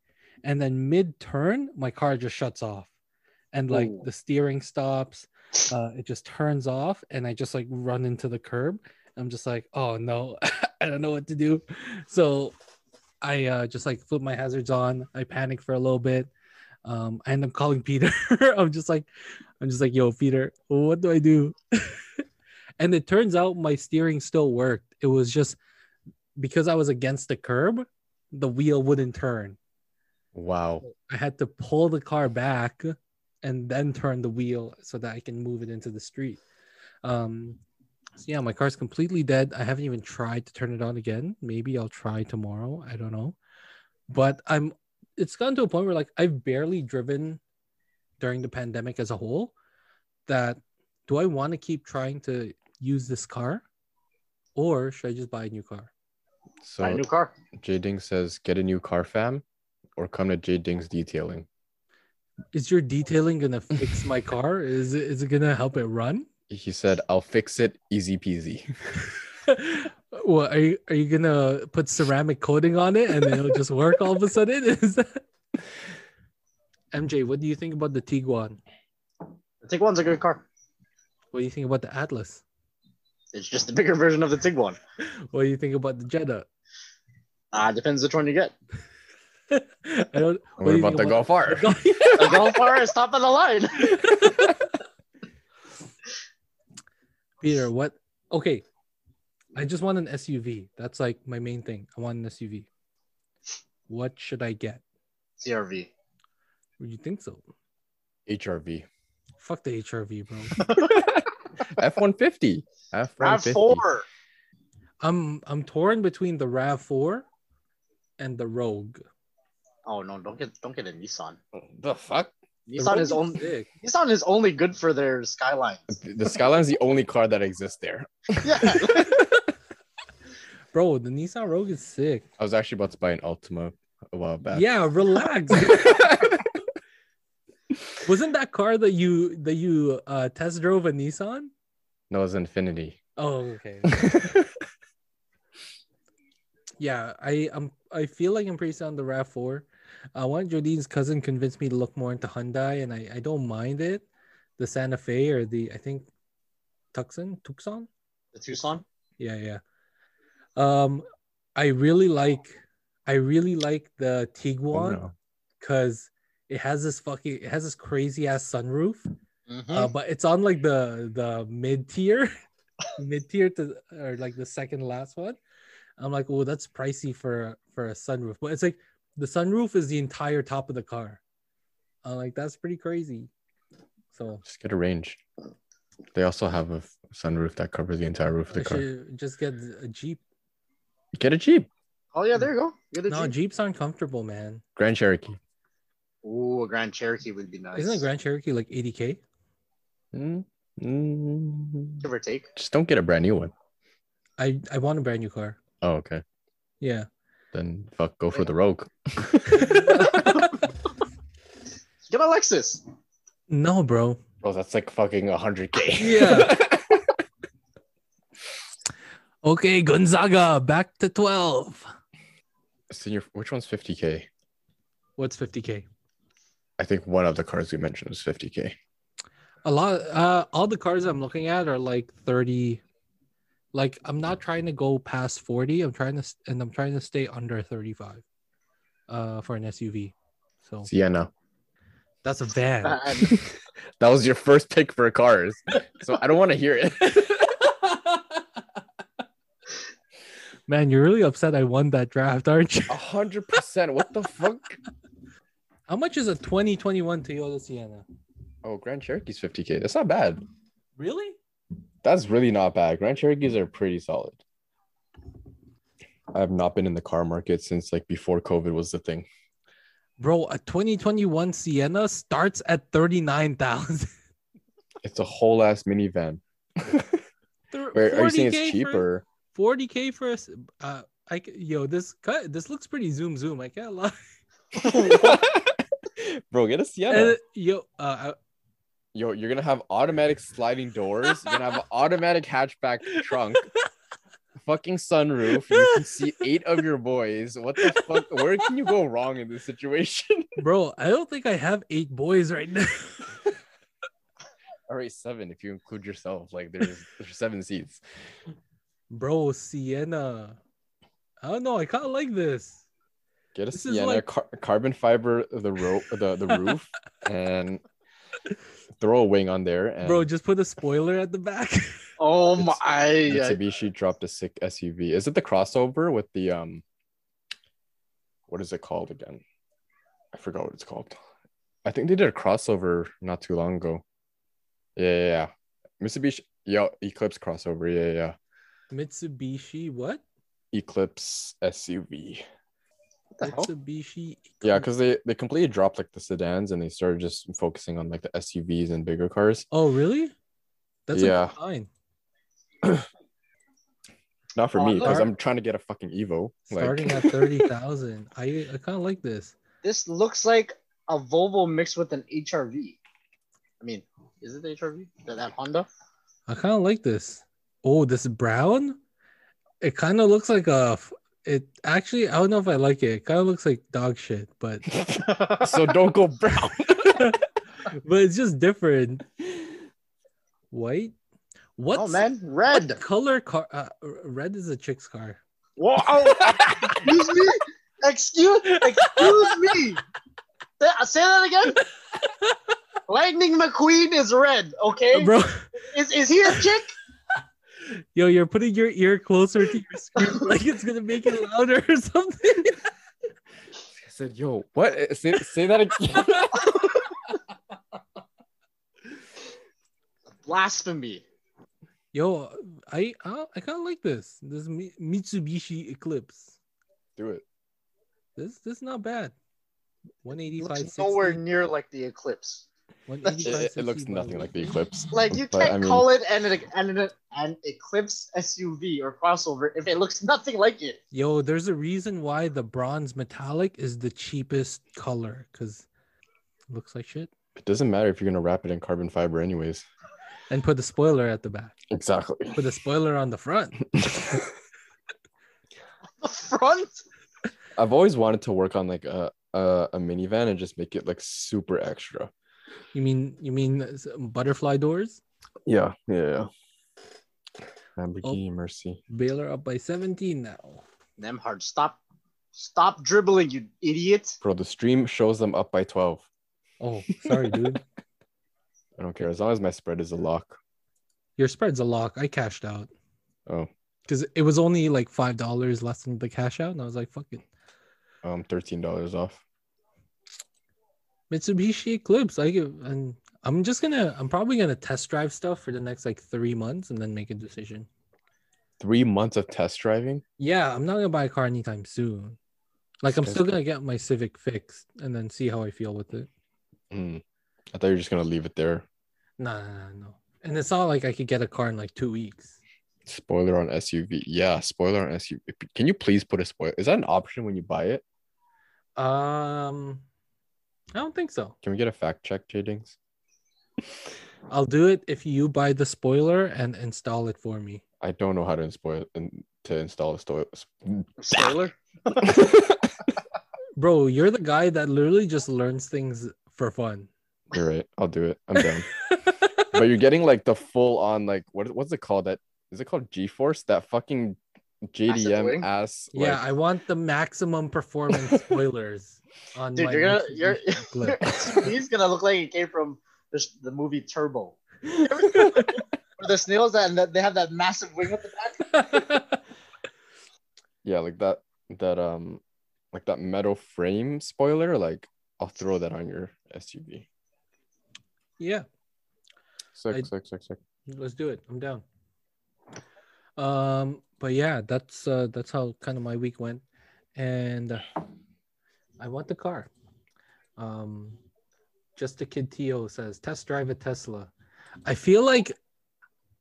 S2: and then mid turn my car just shuts off and like
S3: Ooh.
S2: the steering stops uh it just turns off and i just like run into the curb i'm just like oh no <laughs> i don't know what to do so i uh just like flip my hazards on i panic for a little bit um i end up calling peter <laughs> i'm just like i'm just like yo peter what do i do <laughs> and it turns out my steering still worked it was just because i was against the curb the wheel wouldn't turn
S1: Wow.
S2: i had to pull the car back and then turn the wheel so that i can move it into the street um so yeah my car's completely dead i haven't even tried to turn it on again maybe i'll try tomorrow i don't know but i'm it's gotten to a point where like I've barely driven during the pandemic as a whole that do I want to keep trying to use this car or should I just buy a new car?
S1: So
S3: Buy a new car.
S1: J Ding says, get a new car fam or come to J Ding's detailing.
S2: Is your detailing gonna fix my car? Is it is it gonna help it run?
S1: He said, I'll fix it easy peasy. <laughs>
S2: what are you are you gonna put ceramic coating on it and then it'll just work all of a sudden? <laughs> Is that... MJ, what do you think about the Tiguan?
S3: The Tiguan's a good car.
S2: What do you think about the Atlas?
S3: It's just a bigger version of the Tiguan.
S2: What do you think about the Jetta?
S3: Ah, depends which one you get.
S2: I don't. <laughs>
S1: What,
S2: do you
S1: about the
S2: think
S1: Golf R?
S2: about the
S3: The Golf R is top of the line. <laughs>
S2: Peter, what? Okay, I just want an SUV. That's like my main thing. I want an SUV. What should I get?
S3: CRV.
S2: You think so? <laughs>
S1: HRV.
S2: Fuck the HRV, bro.
S1: F one fifty. F one
S3: Rav
S1: fifty.
S3: four.
S2: I'm I'm torn between the Rav Four and the Rogue.
S3: Oh no! Don't get don't get a Nissan.
S1: The fuck?
S2: The
S3: Nissan
S2: Rogue
S3: is only
S2: sick.
S3: Nissan is only good for
S2: <laughs>
S3: their skylines.
S1: The Skyline's the only car that exists there.
S3: yeah.
S2: bro. The Nissan Rogue is sick.
S1: I was actually about to buy an Altima a while back.
S2: Yeah, relax. Wasn't that car that you that you uh, test drove a Nissan?
S1: <laughs> no, it's Infinity.
S2: Oh,
S1: <laughs>
S2: okay. yeah i i'm i feel like i'm pretty sound the rav4 uh one jolene's cousin convinced me to look more into hyundai and i i don't mind it the santa fe or the i think tucson tucson
S3: The Tucson.
S2: yeah yeah um i really like i really like the
S1: Oh,
S2: tiguan
S1: no.
S2: because it has this fucking it has this crazy ass sunroof
S3: Mm-hmm.
S2: uh, but it's on like the the mid <laughs> tier, mid tier to or like the second last one. I'm like, oh, that's pricey for for a sunroof, but it's like the sunroof is the entire top of the car. I'm like, that's pretty crazy. So
S1: Just get a range. They also have a f- sunroof that covers the entire roof of
S2: I
S1: the car.
S2: should just get a Jeep.
S1: Get a Jeep.
S3: oh yeah, there you go. Get a
S2: No,
S3: Jeep.
S2: Jeeps aren't comfortable, man.
S1: Grand Cherokee.
S3: Ooh, a Grand Cherokee would be nice.
S2: Isn't a Grand Cherokee like 80k?
S1: Mm, mm.
S3: Give or take.
S1: Just don't get a brand new one.
S2: I I want a brand new car.
S1: Oh, okay.
S3: <laughs>
S2: Yeah. <laughs>
S1: Then fuck, go for the Rogue.
S3: Get a Lexus.
S2: no, bro.
S1: Bro, that's like fucking 100k. <laughs>
S2: Yeah. Okay, Gonzaga, back to 12.
S1: so your which one's 50k?
S2: What's 50k?
S1: I think one of the cards we mentioned was 50k.
S2: A lot uh all the cars I'm looking at are like 30 like I'm not trying to go past 40. I'm trying to s- and I'm trying to stay under 35 uh for an SUV. So
S1: Sienna. <laughs>
S2: that's a <laughs> van.
S3: Uh,
S1: That was your first pick for cars. So I don't want to hear <laughs> it.
S2: Man, you're really upset I won that draft, aren't you?
S1: 100%. What the fuck?
S2: How much is a 2021 Toyota Sienna?
S1: Oh, Grand Cherokee's 50k. That's not bad.
S2: Really?
S1: That's really not bad. Grand Cherokees are pretty solid. I have not been in the car market since like before COVID was the thing.
S2: Bro, a 2021 Sienna starts at 39,000.
S1: It's a whole ass minivan.
S2: Thir-
S1: Wait, are you saying it's
S2: 40K
S1: cheaper?
S2: For, 40k for us. Uh, I c- yo, this cut this looks pretty zoom zoom. I can't lie. <laughs>
S1: Bro, get a Sienna.
S2: And, yo, uh,
S1: Yo, you're gonna have automatic sliding doors. You're gonna have
S2: <laughs>
S1: automatic hatchback trunk. Fucking sunroof. You can see eight of your boys. What the fuck? Where can you go wrong in this situation? <laughs>
S2: I- bro, I don't think I have eight boys right now. <laughs>
S1: All right, seven if you include yourself. Like there's there's seven seats.
S2: Bro, Sienna. I don't know. I kind of like this.
S1: Get a
S2: This is
S1: Sienna,
S2: like-
S1: car- carbon fiber the rope, the the roof, and throw a wing on there. And
S2: Bro, just put a spoiler at the back. <laughs>
S3: oh
S1: It's-
S3: my! I,
S1: Mitsubishi dropped a sick SUV. Is it the crossover with the um what is it called again? I forgot what it's called. I think they did a crossover not too long ago. Yeah, yeah, yeah. Mitsubishi yeah, Eclipse crossover. Yeah, yeah,
S2: Mitsubishi, what?
S1: yeah. Eclipse SUV.
S3: the hell?
S2: Mitsubishi.
S1: Yeah, because they they completely dropped like the sedans and they started just focusing on like the SUVs and bigger cars.
S2: Oh, really? That's yeah. a
S1: Yeah.
S2: good sign.
S1: Not for
S3: Oh,
S1: me, because
S3: look.
S1: I'm trying to get a fucking Evo. Like, <laughs>
S2: Starting at 30,000. I, I kind of like this.
S3: this looks like a Volvo mixed with an HRV. I mean, is it the HRV? That, that
S2: <laughs>
S3: Honda?
S2: I kind of like this. Oh, this brown? It kind of looks like a. f- It actually, I don't know if I like it. It kind of looks like dog shit, but
S3: Oh,
S1: so don't
S3: <laughs>
S1: go brown.
S2: but it's just different. White? What's,
S3: oh man,
S2: what
S3: red.
S2: color car? Uh, r- red is a chick's car.
S3: Whoa! oh, excuse me. Excuse. Excuse me. Say- Say
S2: <laughs>
S3: that again. Lightning McQueen is red. Okay.
S2: Bro,
S3: Is is he a chick?
S2: yo, you're putting your ear closer to your screen <laughs> like it's going to make it louder or something.
S1: I said, "Yo, what? Eh, Say, say that <laughs> again."
S3: Blasphemy.
S2: Yo, I I, I kind of like this. This Mi- Mitsubishi Eclipse.
S1: Do it.
S2: This this is not bad. One eighty five.
S3: Looks nowhere near like the eclipse.
S1: It, it looks nothing like the Eclipse.
S3: Like you
S1: But,
S3: can't
S1: I mean,
S3: call it an, an an eclipse SUV or crossover if it looks nothing like it. <laughs>
S2: Yo, there's a reason why the bronze metallic is the cheapest color because looks like shit.
S1: It doesn't matter if you're gonna wrap it in carbon fiber, anyways.
S2: And put the spoiler at the back.
S1: Exactly.
S2: Put the spoiler on the front.
S3: The front.
S1: <laughs> I've always wanted to work on like a, a a minivan and just make it like super extra.
S2: You mean you mean s- butterfly doors?
S1: Yeah, yeah. Lamborghini Mercy.
S2: Baylor up by seventeen now.
S3: Nemhard, stop, stop dribbling, you idiot.
S1: Bro, the stream shows them up by twelve.
S2: Oh,
S1: <laughs>
S2: sorry, dude.
S1: I don't care as long as my spread is a lock.
S2: Your spread's a lock. I cashed out.
S1: Oh,
S2: because it was only like five dollars less than the cash out, and I was like, "Fuck it."
S1: um, thirteen dollars off.
S2: Mitsubishi Eclipse, I give, and I'm just gonna, I'm probably gonna test drive stuff for the next like three months and then make a decision.
S1: Three months of test driving.
S2: Yeah, I'm not gonna buy a car anytime soon. Like I'm
S1: That's
S2: still
S1: good.
S2: gonna get my Civic fixed and then see how I feel with it.
S1: Mm. I thought you were just gonna leave it there.
S2: No, no, no, no. And it's not like I could get a car in like two weeks.
S1: Spoiler on SUV. Yeah, spoiler on SUV. Can you please put a spoiler? Is that an option when you buy it?
S2: Um, I don't think so.
S1: Can we get a fact check, Jadings?
S2: I'll do it if you buy the spoiler and install it for me.
S1: I don't know how to spoil and to install a sto- <laughs>
S3: Spoiler.
S2: Bro, you're the guy that literally just learns things for fun.
S1: You're right. I'll do it. I'm
S2: <laughs>
S1: down. but you're getting like the full on like what what's it called? That is it called G-force? That fucking JDM
S3: wing?
S1: ass.
S2: yeah,
S1: like-
S2: I want the maximum
S3: <laughs>
S2: performance spoilers on
S3: Dude,
S2: my
S3: you're gonna
S2: Mitsubishi
S3: you're, your
S2: clip.
S3: <laughs> SUV's gonna look like it came from this, the movie Turbo. <laughs> Or the snails that, that they have that massive wing at the back.
S1: <laughs> yeah, like that that um like that metal frame spoiler. Like I'll throw that on your SUV.
S2: <laughs> yeah,
S1: Sick,
S2: I-
S1: sick, sick, sick.
S2: let's do it. I'm down. Um, but yeah, that's uh that's how kind of my week went, and uh, I want the car. Um, just a kid Tio says test drive a Tesla. I feel like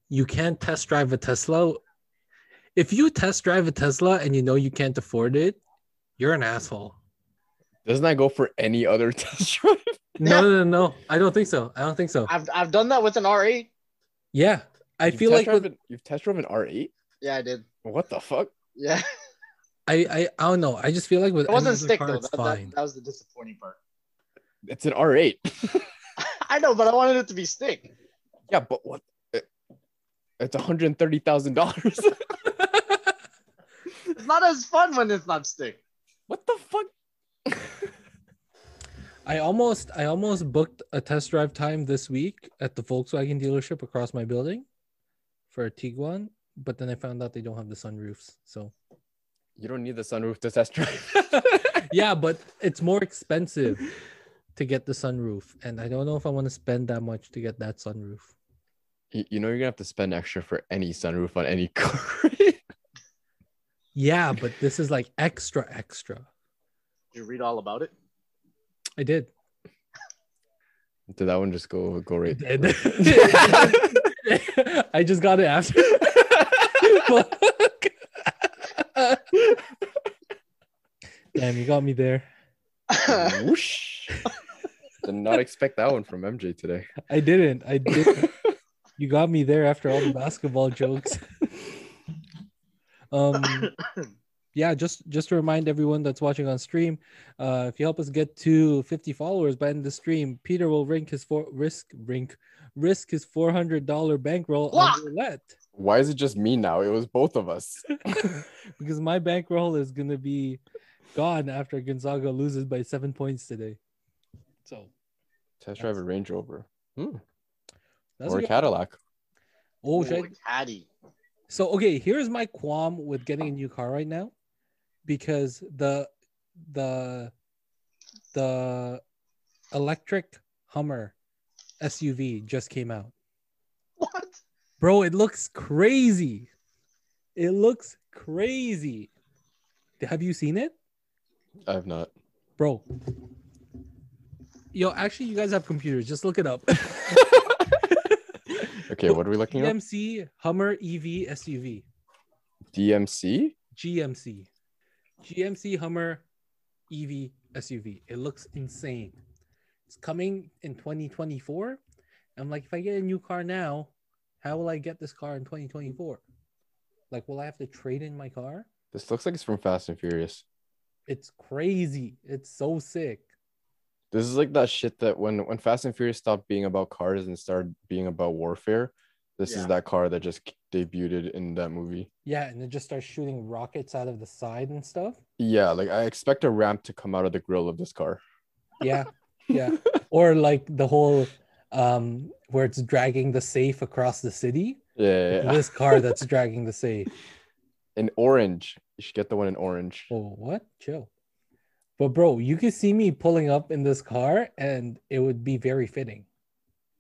S2: you can't test drive a Tesla. If you test drive a Tesla and you know you can't afford it, you're an
S3: <laughs>
S2: asshole.
S1: Doesn't that go for any other <laughs> test drive?
S2: No, no, no, no. I don't think so. I don't think so.
S3: I've I've done that with an R8.
S2: Yeah, I
S1: You've
S2: feel
S1: test
S2: like with,
S1: driven- you've test drove an R8.
S3: Yeah, I did.
S1: What the fuck?
S3: Yeah, <laughs>
S2: I, I I don't know. I just feel like with
S3: it wasn't
S2: any other
S3: stick
S2: car,
S3: though.
S2: it's
S3: That, that,
S2: fine.
S3: that was the disappointing part. <laughs>
S1: It's an R8.
S3: I know, but I wanted it to be stick.
S1: Yeah, but what? it- it's one hundred thirty thousand
S2: <laughs>
S1: dollars.
S3: It's not as fun when it's not stick.
S1: What the fuck?
S2: I almost I almost booked a test drive time this week at the Volkswagen dealership across my building for a Tiguan, but then I found out they don't have the sunroofs. So
S1: You don't need the sunroof to test
S2: <laughs>
S1: drive.
S2: yeah, but it's more expensive to get the sunroof, and I don't know if I want to spend that much to get that sunroof.
S1: you, you know you're gonna have to spend extra for any sunroof on any car.
S2: Yeah, but this is like extra extra.
S3: Did you read all
S1: <laughs>
S3: about it?
S2: I did.
S1: Did that one just go go
S2: I <laughs>
S1: right?
S2: did. I just got it after. <laughs> Fuck. Damn, you got me there.
S1: Whoosh. Did not expect that one from MJ today.
S2: I didn't. I did. you got me there after all the basketball jokes. um, yeah, just just to remind everyone that's watching on stream, uh, if you help us get to 50 followers by end of the stream, Peter will rink his four risk rink risk his $400 bankroll
S3: Fuck.
S2: on roulette
S1: Why is it just me now? It was both of us.
S2: <laughs> because my bankroll is gonna be gone after Gonzaga loses by seven points today. So
S1: Test drive a Range Rover Hmm.
S2: that's
S1: or a
S2: good-
S1: Cadillac.
S2: oh shit.
S3: Caddy.
S2: So okay, here's my qualm with getting a new car right now, because the the the electric Hummer SUV just came out.
S3: What?
S2: Bro, it looks crazy. It looks crazy. Have you seen it?
S1: I have not.
S2: Bro. Yo, actually you guys have computers. Just look it up. <laughs>
S1: Okay, what are we looking at?
S2: GMC Hummer E EV SUV.
S1: DMC.
S2: GMC. GMC Hummer E EV SUV. It looks insane. It's coming in 2024. I'm like, if I get a new car now, how will I get this car in 2024? Like, will I have to trade in my car?
S1: This looks like it's from Fast and Furious.
S2: It's crazy. It's so sick.
S1: This is like that shit that when when Fast and Furious stopped being about cars and started being about warfare. This is
S3: Yeah.
S1: that car that just debuted in that movie.
S2: Yeah, and it just starts shooting rockets out of the side and stuff.
S1: Yeah, like I expect a ramp to come out of the grill of this car.
S2: Yeah. Yeah. or like the whole um where it's dragging the safe across the city.
S1: Yeah, yeah, yeah.
S2: This car that's dragging the safe.
S1: in orange. You should get the one in orange.
S2: Oh, what? Chill. But bro, you could see me pulling up in this car and it would be very fitting.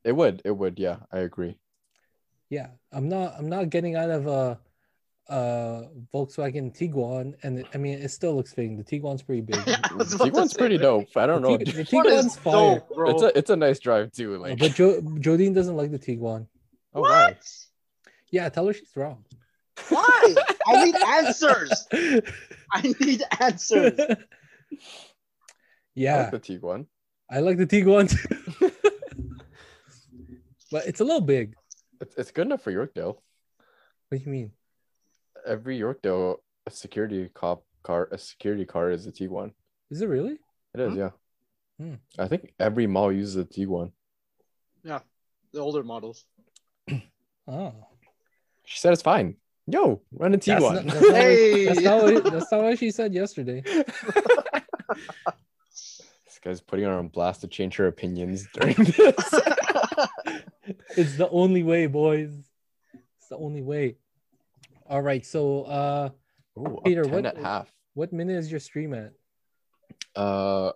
S1: It would, it would. Yeah, I agree.
S2: Yeah. I'm not I'm not getting out of a uh Volkswagen Tiguan, and I mean it still looks big. The Tiguan's pretty big.
S3: Yeah, <laughs> I was about to
S1: Tiguan's
S3: say
S1: pretty
S3: that.
S1: dope. I don't know. <laughs>
S2: The Tig-
S1: dude.
S2: the
S3: What is
S2: Tiguan's fire,
S3: dope, bro?
S1: It's a it's a nice drive too. Like
S2: but jo- Jodine doesn't like the Tiguan.
S1: oh,
S3: what?
S1: wow.
S2: Yeah, tell her she's wrong. <laughs>
S3: Why? I need answers. I need
S1: <laughs>
S3: answers.
S1: I
S2: yeah,
S1: like the Tiguan.
S2: I like the Tiguan, too. but it's a little big.
S1: It's, it's good enough for Yorkdale.
S2: What do you mean?
S1: Every Yorkdale a security cop car a security car is a Tiguan.
S2: Is it really?
S1: It is,
S3: Hmm?
S1: yeah.
S2: Hmm.
S1: I think every mall uses a Tiguan.
S3: The older models.
S2: Oh,
S1: She said it's fine. Yo, run a
S2: that's
S1: Tiguan.
S2: not- that's not what-
S3: Hey.
S2: that's not what, that's not what she said yesterday.
S1: <laughs> this guy's putting her on blast to change her opinions during
S2: <laughs>
S1: this.
S2: it's the only way, boys. It's the only way. All right. So, uh,
S1: Ooh, Peter,
S2: Peter,
S1: ten
S2: what-
S1: at half.
S2: what minute is your stream at?
S1: Uh,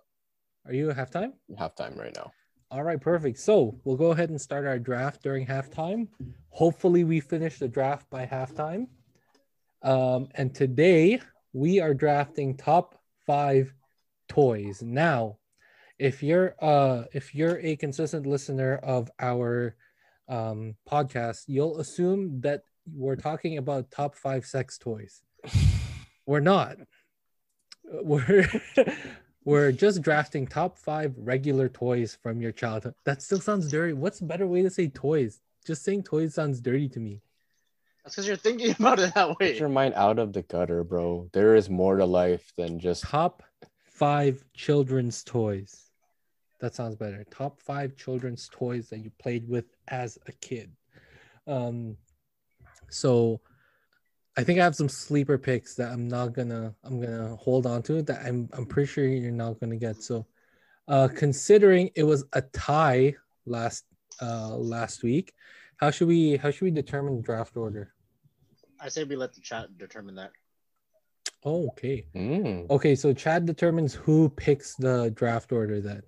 S2: Are you at halftime?
S1: halftime right now.
S2: All right, perfect. So we'll go ahead and start our draft during halftime. Hopefully, we finish the draft by halftime. Um, and today we are drafting top five toys. Now, if you're uh, if you're a consistent listener of our um, podcast, you'll assume that we're talking about top five sex toys. We're not. <laughs> We're We're just drafting top five regular toys from your childhood. That still sounds dirty. What's a better way to say toys? Just saying toys sounds dirty to me.
S3: That's because you're thinking <laughs> about it that
S1: Get
S3: way.
S1: your mind out of the gutter, bro. There is more to life than just
S2: Top five children's toys. That sounds better. Top five children's toys that you played with as a kid. Um, so I think I have some sleeper picks that I'm not gonna I'm gonna hold on to that I'm I'm pretty sure you're not gonna get. So uh considering it was a tie last uh last week, how should we how should we determine draft order?
S3: I say we let the chat determine that.
S2: Oh, okay.
S1: Mm.
S2: Okay, so Chad determines who picks the draft order then.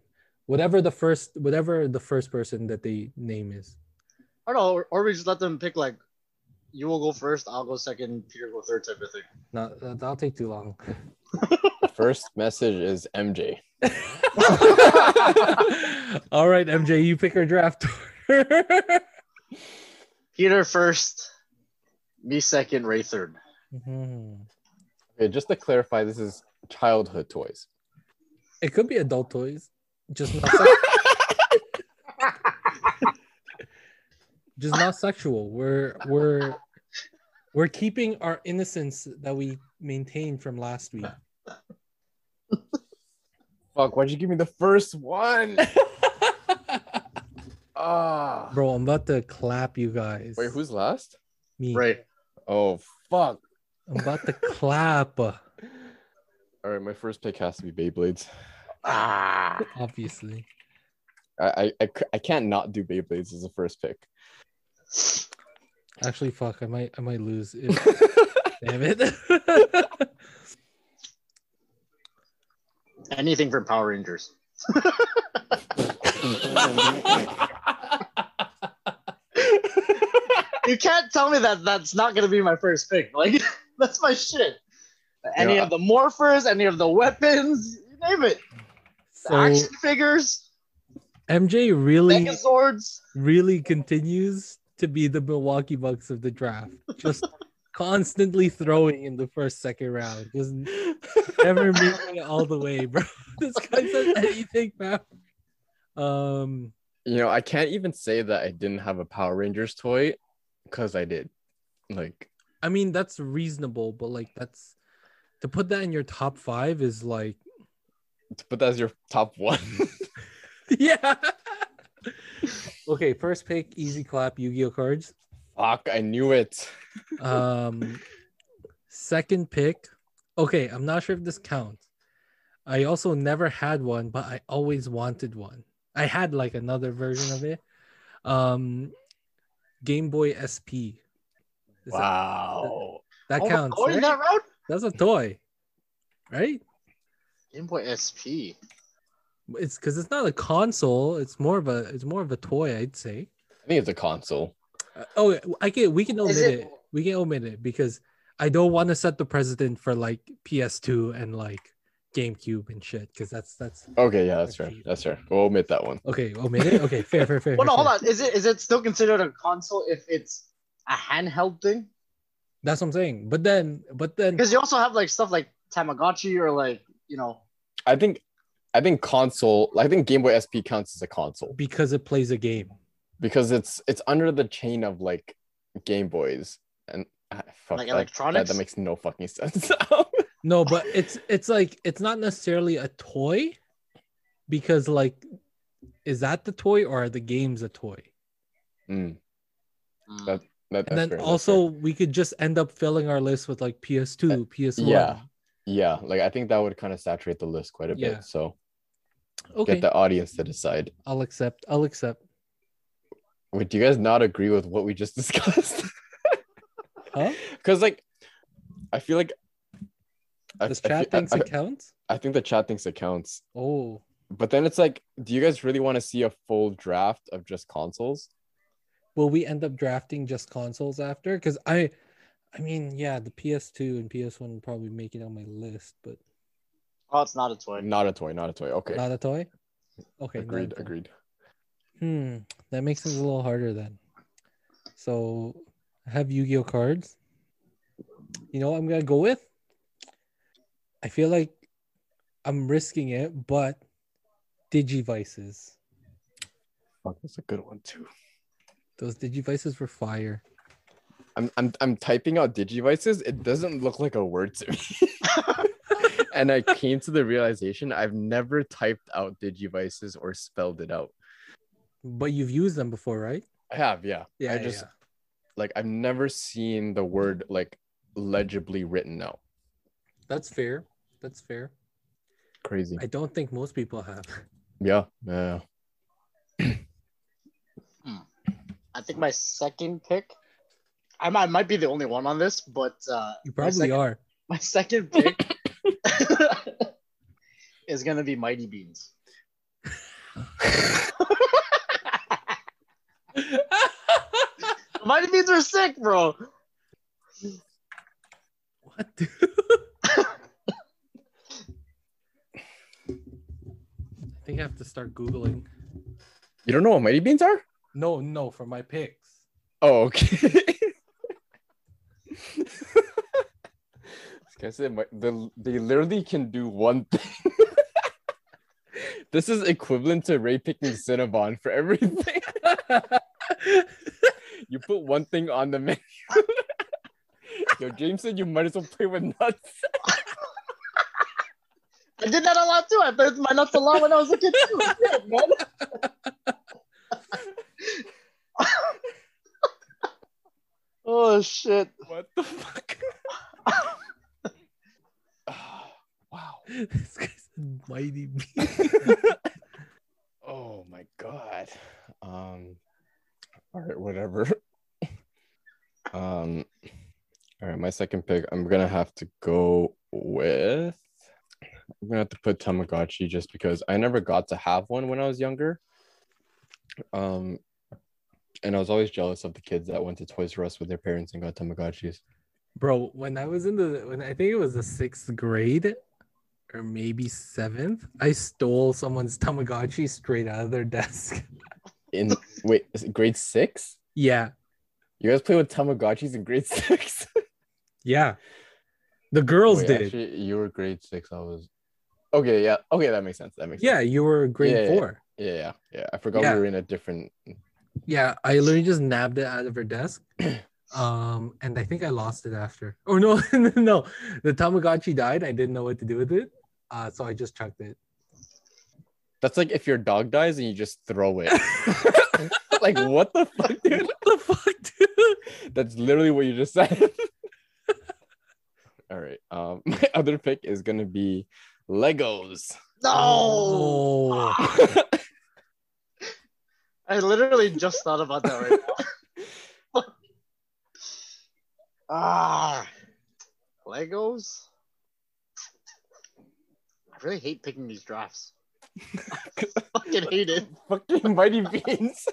S2: Whatever the first whatever the first person that they name is.
S3: I don't know, or, or we just let them pick like you will go first, I'll go second, Peter go third type of thing.
S2: No, that- that'll take too long. <laughs>
S1: First message is MJ.
S2: All right, MJ, you pick our draft order.
S3: Peter first, me second, Ray third.
S2: Mhm.
S1: Okay, just to clarify, this is childhood toys.
S2: It could be adult toys, just not sex- <laughs> just not sexual. We're we're we're keeping our innocence that we maintained from last week.
S1: Fuck, why'd you give me the first one? Ah,
S2: Bro, I'm about to clap you guys.
S1: wait, who's last?
S2: me?
S3: Ray.
S1: Oh fuck!
S2: I'm about to clap. uh,
S1: All right, my first pick has to be Beyblades.
S3: Ah.
S2: Obviously.
S1: I I, I, c- I can't not do Beyblades as a first <laughs> pick.
S2: Actually, fuck, I might I might lose. If, damn it.
S3: Anything from Power Rangers. You can't tell me that that's not gonna be my first pick. Like <laughs> that's my shit. Any
S1: Yeah.
S3: of the morphers, any of the weapons, you name it. The
S2: so
S3: action figures,
S2: MJ really
S3: Megazords.
S2: really continues to be the Milwaukee Bucks of the draft. Just constantly throwing in the first second round. Just never making it all the way, bro. <laughs> This guy says anything, man. Um
S1: you know, I can't even say that I didn't have a Power Rangers toy because I did. Like,
S2: I mean, that's reasonable, but like that's to put that in your top five is like,
S1: but that's your top one. <laughs>
S2: yeah. okay, first pick, easy clap, Yu-Gi-Oh cards.
S1: Fuck, I knew it.
S2: Um, second pick, okay, I'm not sure if this counts. I also never had one, but I always wanted one. I had like another version of it. Um, Game Boy SP. Is that-
S1: Wow.
S2: That,
S3: Oh,
S2: counts.
S3: Going
S2: right?
S3: that route?
S2: That's a toy, right?
S3: Game Boy SP.
S2: it's because it's not a console it's more of a it's more of a toy i'd say
S1: I think it's a console.
S2: Uh, oh i can we can omit
S3: Is
S2: it...
S3: it-
S2: we can omit it because I don't want to set the precedent for like PS2 and like GameCube and shit because that's that's
S1: Okay, yeah, that's fair. That's fair. We'll omit that one.
S2: okay. Omit it. Okay, fair, fair, fair.
S3: <laughs> Well, no,
S2: fair,
S3: hold
S2: fair.
S3: on. Is it is it still considered a console if it's a handheld thing?
S2: That's what I'm saying. But then, but then,
S3: Because you also have like stuff like Tamagotchi or like you know.
S1: I think, I think console. I think Game Boy SP counts as a console
S2: because it plays a game.
S1: because it's it's under the chain of like Game Boys and ah, fuck
S3: Like
S1: that- that-
S3: electronics?
S1: That, makes no fucking <laughs> sense.
S2: No,
S3: <laughs>
S2: but it's it's like it's not necessarily a toy, because like, is that the toy or are the games a toy?
S1: Mm,
S3: mm.
S1: That- that- that's
S2: And then
S1: fair, that's
S2: also we could just end up filling our list with like PS2, PS1.
S1: yeah. fair. yeah, like I think that would kind of saturate the list quite a
S2: Yeah.
S1: bit. So
S2: Okay.
S1: get the audience to decide.
S2: I'll accept. I'll accept.
S1: Wait, do you guys not agree with what we just <laughs> discussed? <laughs>
S2: Huh?
S1: Because like, I feel like I,
S2: This
S1: I
S2: chat
S1: feel- I-
S2: thinks
S1: I,
S2: it counts.
S1: I think the chat thinks it counts,
S2: Oh,
S1: but then it's like, do you guys really want to see a full draft of just consoles?
S2: will we end up drafting just consoles after? Because I, I mean, yeah, the PS2 and PS1 would probably make it on my list, but
S3: Oh, it's not a toy.
S1: Not a toy, not a toy. Okay,
S2: not a toy. Okay, not a
S1: agreed,
S2: toy.
S1: agreed.
S2: Hmm, that makes things a little harder then. So, I have Yu-Gi-Oh cards. You know, what I'm gonna go with. I feel like I'm risking it, but Digivices.
S1: Fuck, that's a good one too.
S2: Those Digivices were fire.
S1: I'm I'm I'm typing out digivices. It doesn't look like a word to me. <laughs> and I came to the realization I've never typed out digivices or spelled it out.
S2: But you've used them before, right?
S1: I have, yeah. I just like I've never seen the word like legibly written out.
S2: That's fair. That's fair.
S1: Crazy.
S2: I don't think most people have.
S1: Yeah. Yeah.
S3: I think my second pick. I might, I might be the only one on this, but uh,
S2: You
S3: my
S2: probably
S3: second,
S2: are.
S3: <laughs> My second pick <laughs> is gonna be Mighty Beans. Mighty Beans are sick, bro.
S2: what? <laughs> dude? I think I have to start Googling.
S1: You don't know what mighty beans are?
S2: No, no, for my picks.
S1: Oh, okay. This guy said mi- the- they literally can do one thing. this is equivalent to Ray picking Cinnabon for <laughs> everything. you put one thing on the menu. Yo, James said you might as well play with nuts.
S3: I did that a lot too. I played my nuts a lot when I was a kid too. <laughs> Yeah, man. <laughs> oh shit!
S1: What the fuck? <sighs> wow.
S2: <laughs> this guy's mighty. Bee.
S1: Oh my god. Um all right, whatever. <laughs> um all right, my second pick, I'm gonna have to go with I'm gonna have to put Tamagotchi just because I never got to have one when I was younger. Um and I was always jealous of the kids that went to Toys R Us with their parents and got Tamagotchis.
S2: Bro, when I was in the when I think it was the sixth grade or maybe seventh, I stole someone's Tamagotchi straight out of their desk. <laughs>
S1: In wait, is it grade six?
S2: yeah.
S1: You guys play with Tamagotchis in grade <laughs> six?
S2: Yeah. The girls
S1: Wait,
S2: did.
S1: Actually, you were grade six. I was. Okay, yeah. Okay, that makes sense. That makes
S2: yeah,
S1: sense.
S2: you were grade
S1: Yeah, yeah, yeah.
S2: four.
S1: Yeah, yeah, yeah. I forgot
S2: Yeah.
S1: we were in a different.
S2: Yeah, I literally just nabbed it out of her <clears throat> desk. Um, and I think I lost it after. <laughs> Oh no, no, the Tamagotchi died. I didn't know what to do with it. Uh, so I just chucked <laughs> it.
S1: That's like if your dog dies and you just throw
S2: <laughs>
S1: it. <laughs> like what the fuck, dude?
S2: the fuck,
S3: <laughs>
S2: dude?
S1: That's literally what you just said. <laughs> All right. Um, <laughs> my other pick is gonna be Legos. <laughs>
S3: No,
S2: Oh,
S3: I literally just thought about that right now. <laughs> ah, Legos. I really hate picking these
S2: <laughs>
S3: drafts. I fucking hate it.
S1: Fucking mighty beans.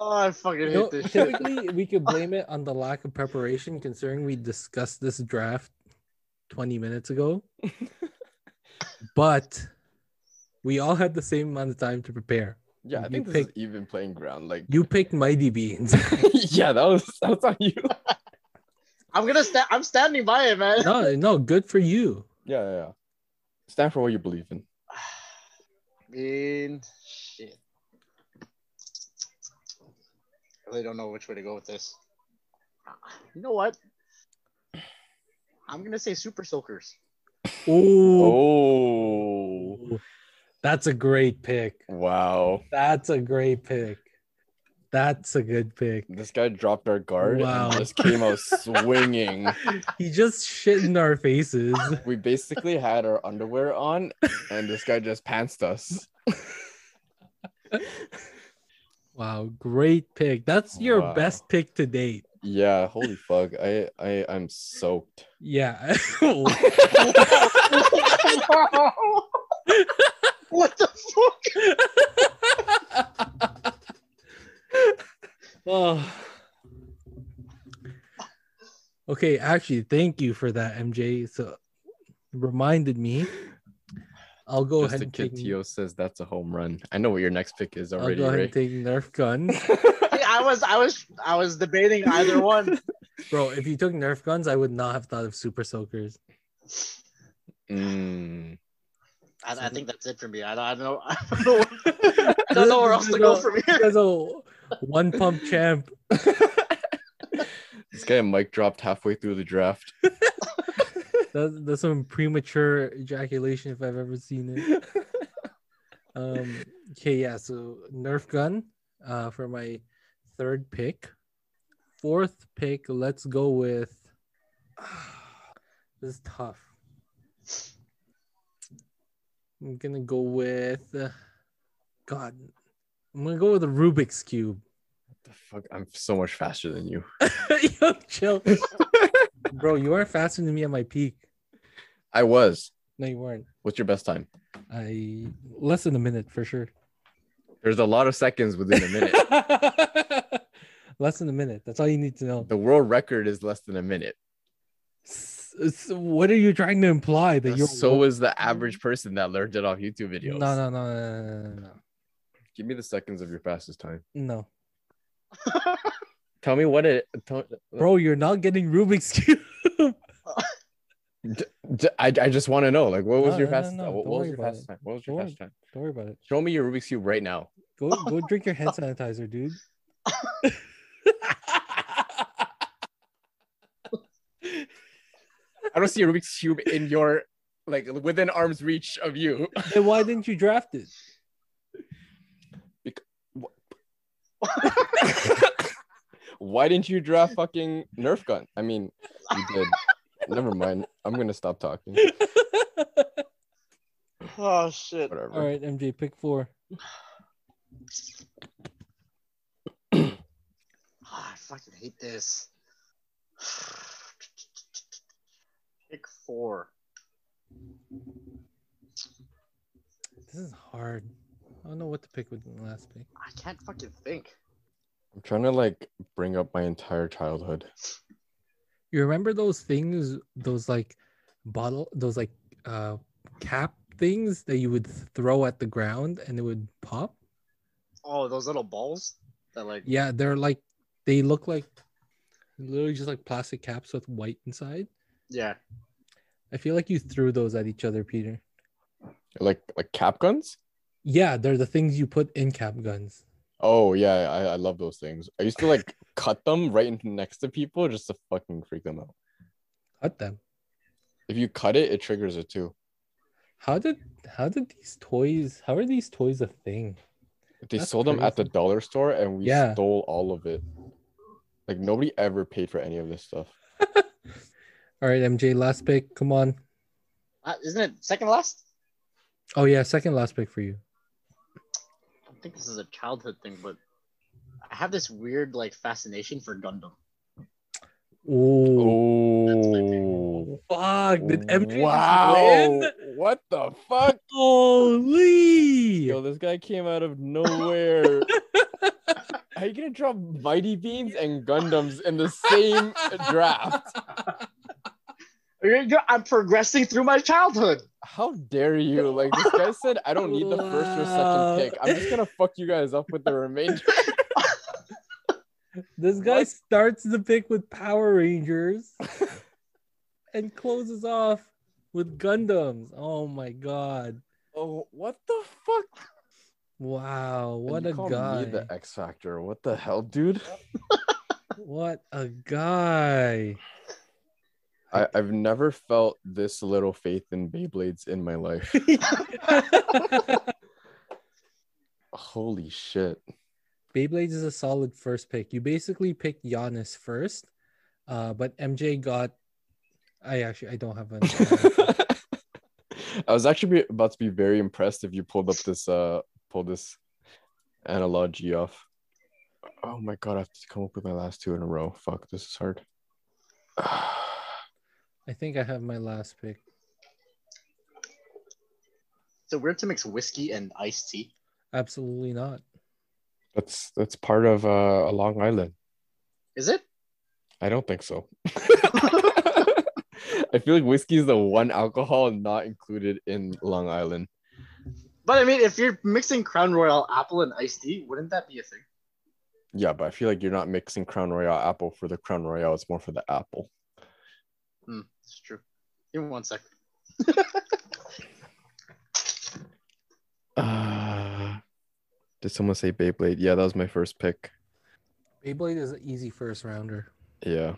S3: Oh, I fucking hate
S2: No,
S3: this shit.
S2: typically, we
S3: <laughs>
S2: could blame it on the lack of preparation, considering we discussed this draft 20 minutes
S3: <laughs>
S2: ago. but we all had the same amount of time to prepare.
S1: <laughs> Yeah, I
S2: You
S1: think this is
S2: pick-
S1: even playing ground. Like
S2: You picked Mighty Beans. <laughs>
S1: <laughs> yeah, that was that's on you. <laughs>
S3: I'm gonna stand. I'm standing by it, man.
S2: no, no, good for you.
S1: Yeah, yeah, yeah. Stand for what you believe in.
S3: mean, shit. I really don't know which way to go with this. You know what? I'm gonna say Super Soakers.
S2: Ooh,
S1: Oh
S2: that's a great pick.
S1: wow.
S2: That's a great pick. That's a good pick.
S1: This guy dropped our guard
S2: Wow.
S1: and just came
S2: <laughs>
S1: out swinging.
S2: He just shit in our faces.
S1: We basically had our underwear on, and this guy just pantsed us.
S2: <laughs> Wow, great pick. That's your
S1: Wow.
S2: best pick to date.
S1: Yeah, holy fuck. I I I'm soaked.
S2: <laughs> Yeah.
S3: what <laughs> the fuck?
S2: oh. Okay, actually, thank you for that, MJ. So reminded me. I'll go
S1: Just
S2: ahead
S1: the
S2: and
S1: kid
S2: take.
S1: Tio says that's a home run. I know what your next pick is
S2: I'll
S1: already,
S2: go ahead
S1: Ray.
S2: and take Nerf gun,
S3: I was, I was, I was debating either one.
S2: bro. If you took Nerf guns, I would not have thought of Super Soakers.
S1: Mm.
S3: I, I think that's it for me. I don't, I don't know. <laughs> I don't know, where- I don't know where else to go from here.
S2: As a one pump champ,
S1: This guy Mike dropped halfway through the draft.
S2: that's, that's some premature ejaculation if I've ever seen it. um okay yeah so nerf gun uh for my third pick fourth pick let's go with <sighs> this is tough i'm gonna go with uh, god i'm gonna go with a rubik's cube <laughs>
S1: the fuck? I'm so much faster than you.
S2: Yo, chill bro you weren't faster than me at my peak
S1: I was.
S2: no you weren't
S1: What's your best time?
S2: i less than a minute for sure
S1: There's a lot of seconds within a minute.
S2: <laughs> less than a minute that's all you need to know
S1: the world record is less than a minute.
S2: S- s- what are you trying to imply that you're
S1: Uh, so is the average person that learned it off YouTube
S2: no
S1: videos.
S2: no no no no no no
S1: Give me the seconds of your fastest time.
S2: no
S1: Uh, Tell me what it. Tell,
S2: bro you're not getting rubik's cube <laughs>
S1: D- I, I just want to know, like, what was
S2: No,
S1: your
S2: no, no,
S1: fastest?
S2: no,
S1: time? What,
S2: don't
S1: what was
S2: worry
S1: your
S2: about
S1: fastest
S2: it.
S1: time? What was
S2: Don't
S1: your
S2: worry.
S1: fastest time?
S2: don't worry about it
S1: Show me your Rubik's cube right now.
S2: go go drink your hand sanitizer
S1: <laughs>
S2: dude
S1: I don't see a Rubik's cube in your, like, within arm's reach of you. <laughs>
S2: then why didn't you draft it
S1: Why didn't you draft fucking Nerf gun? I mean, you did. Never mind. I'm gonna stop talking.
S3: Oh shit!
S1: Whatever.
S2: all right mj pick four
S3: Ah, I fucking hate this. <sighs> Pick four.
S2: this is hard i don't know what to pick with the last pick
S3: I can't fucking think.
S1: I'm trying to like bring up my entire childhood.
S2: you remember those things those like bottle those like uh cap things that you would throw at the ground and it would pop
S3: Oh, those little balls that like.
S2: Yeah, they're like they look like literally just like plastic caps with white inside.
S3: Yeah.
S2: I feel like you threw those at each other, Peter.
S1: Like like cap guns.
S2: Yeah, they're the things you put in cap guns.
S1: Oh yeah, I, I love those things. I used to like <laughs> cut them right in- next to people just to fucking freak them out.
S2: Cut them.
S1: If you cut it, it triggers it too.
S2: How did how did these toys how are these toys a thing?
S1: They
S2: That's
S1: sold them at the
S2: crazy.
S1: dollar store, and we
S2: Yeah.
S1: stole all of it. Like nobody ever paid for any of this stuff.
S2: All right, MJ, last pick. Come on.
S3: Uh, isn't it second last?
S2: Oh yeah, second last pick for you.
S3: I think this is a childhood thing, but I have this weird like fascination for Gundam.
S2: Oh
S1: Oh.
S2: fuck. Did MJ just
S1: wow.
S2: win?
S1: What the fuck?
S2: Holy <laughs>
S1: Yo, this guy came out of nowhere. How you gonna drop Mighty Beans and Gundams in
S2: <laughs>
S1: the same draft?
S3: I'm progressing through my childhood.
S1: How dare you? Like this guy said, I don't need the first or second
S2: Wow.
S1: pick. I'm just
S2: <laughs>
S1: gonna fuck you guys up with the remainder.
S2: This guy
S1: What?
S2: starts the pick with Power <laughs> Rangers and closes off with Gundams. Oh my god.
S1: Oh, what the fuck?
S2: Wow,
S1: And
S2: what
S1: you
S2: a
S1: call
S2: guy.
S1: Me the X Factor. What the hell, dude?
S2: What a <laughs> guy.
S1: I, I've never felt this little faith in Beyblades in my <laughs> life. Holy <laughs> shit.
S2: Beyblades is a solid first pick. You basically picked Giannis first, uh, but MJ got. I actually I don't have an.
S1: I was actually be- about to be very impressed if you pulled up this uh pulled this analogy off. Oh my god, I have to come up with my last two in a row. Fuck, this is hard. <sighs>
S2: <laughs> I think I have my last pick.
S3: Is it weird to mix whiskey and iced tea?
S2: Absolutely not.
S1: That's that's part of uh Long Island.
S3: Is it?
S1: I don't think so. <laughs> I feel like whiskey is the one alcohol not included in Long Island.
S3: But I mean, if you're mixing Crown Royal apple and iced tea, wouldn't that be a thing?
S1: Yeah, but I feel like you're not mixing Crown Royal apple for the Crown Royal. It's more for the apple.
S3: It's true. Give me one sec.
S1: Uh, did someone say Beyblade? Yeah, that was my first pick.
S2: Beyblade is an easy first rounder.
S1: Yeah.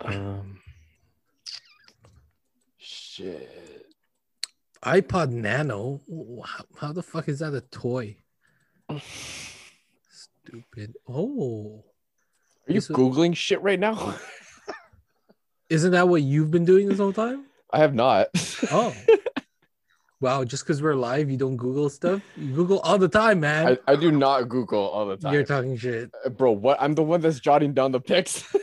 S1: Um. Shit.
S2: iPod Nano. Wh- How, how the fuck is that a toy?
S1: Are
S2: Stupid. Oh,
S1: you
S2: This was-
S1: googling shit right now? <laughs>
S2: isn't that what you've been doing this whole time?
S1: I have not.
S2: Oh, wow. Just because we're live, you don't Google stuff. You Google all the time, man.
S1: <laughs> I, I do not Google all the time.
S2: You're talking shit.
S1: Uh, Bro, what? I'm the one that's jotting down the picks. <laughs>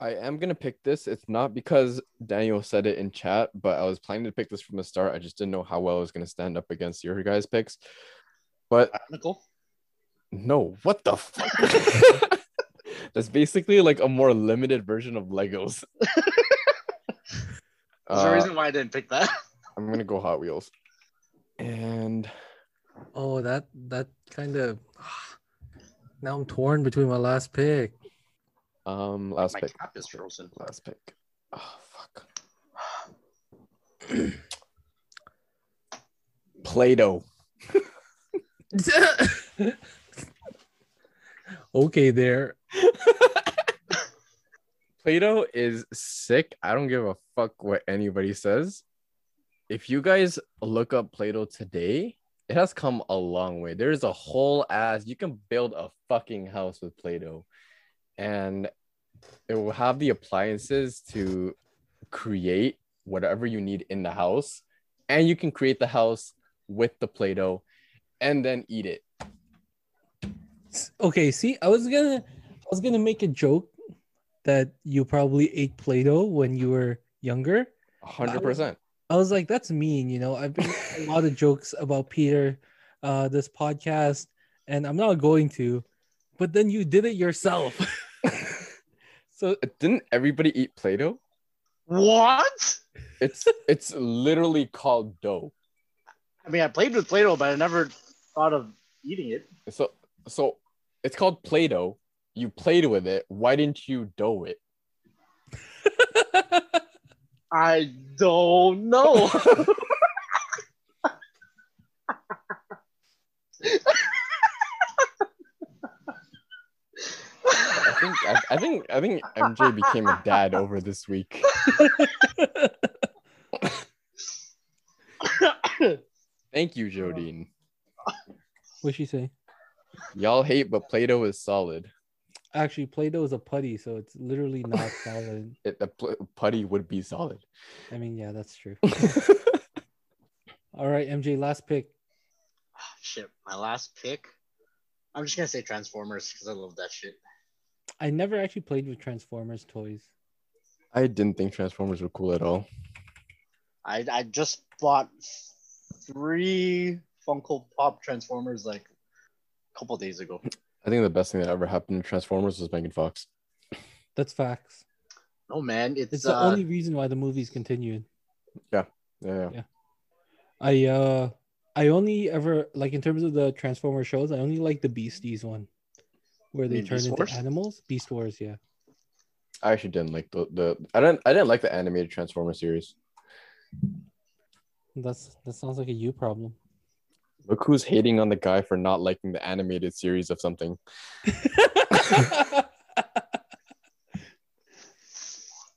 S1: I am gonna pick this. It's not because Daniel said it in chat, but I was planning to pick this from the start. I just didn't know how well I was gonna stand up against your guys' picks. But
S3: Nicole?
S1: no, what the fuck? <laughs> That's basically like a more limited version of Legos.
S3: There's a
S1: Uh,
S3: reason why I didn't pick that.
S1: I'm gonna go Hot Wheels. And
S2: Oh, that that kind of. <sighs> Now I'm torn between my
S1: <laughs>
S2: last pick. <laughs>
S1: um last
S3: <laughs> My
S1: pick.
S3: cap is frozen.
S1: Last pick. Oh fuck. Play-Doh.
S2: okay, there.
S1: Play-Doh is sick. I don't give a fuck what anybody says. If you guys look up Play-Doh today, it has come a long way. There's a whole ass. You can build a fucking house with Play-Doh, and it will have the appliances to create whatever you need in the house, and you can create the house with the Play-Doh, and then eat it.
S2: Okay, see, I was gonna, I was gonna make a joke that you probably ate Play-Doh when you were younger.
S1: hundred percent.
S2: I was like, that's mean, you know. I've been a lot of jokes about Peter, uh, this podcast, and I'm not going to, but then you did it yourself. <laughs> so <laughs>
S1: Didn't everybody eat Play-Doh?
S3: What?
S1: It's it's literally called dough.
S3: I mean, I played with Play-Doh, but I never thought of eating it.
S1: So so it's called Play-Doh. You played with it. Why didn't you dough it?
S3: I
S1: <laughs>
S3: don't know. <coughs>
S1: I think I, I think I think MJ became a dad over this week. Thank you, Jodine.
S2: what'd she say?
S1: Y'all hate, but Play-Doh is solid.
S2: Actually, Play-Doh is a putty, so it's literally not solid.
S1: It, the pl- putty would be solid.
S2: I mean, yeah, that's true. All right, MJ, last pick.
S3: shit, my last pick. I'm just gonna say Transformers because I love that shit.
S2: I never actually played with Transformers toys.
S1: I didn't think Transformers were cool at all.
S3: I I just bought three Funko Pop Transformers like a couple days ago.
S1: I think the best thing that ever happened to Transformers was Megan Fox.
S2: That's facts.
S3: No man, it's,
S2: It's the
S3: uh,
S2: only reason why the movie's continued.
S1: Yeah.
S2: Yeah. I uh I only ever like in terms of the Transformer shows, I only like the Beasties one. Where they
S3: mean
S2: turn
S3: Beast
S2: into
S3: Wars?
S2: animals. Beast Wars, yeah.
S1: I actually didn't like the, the I didn't I didn't like the animated Transformers series.
S2: That's that sounds like a you
S3: <laughs>
S2: problem.
S1: Look who's hating on the guy for not liking the animated series of something.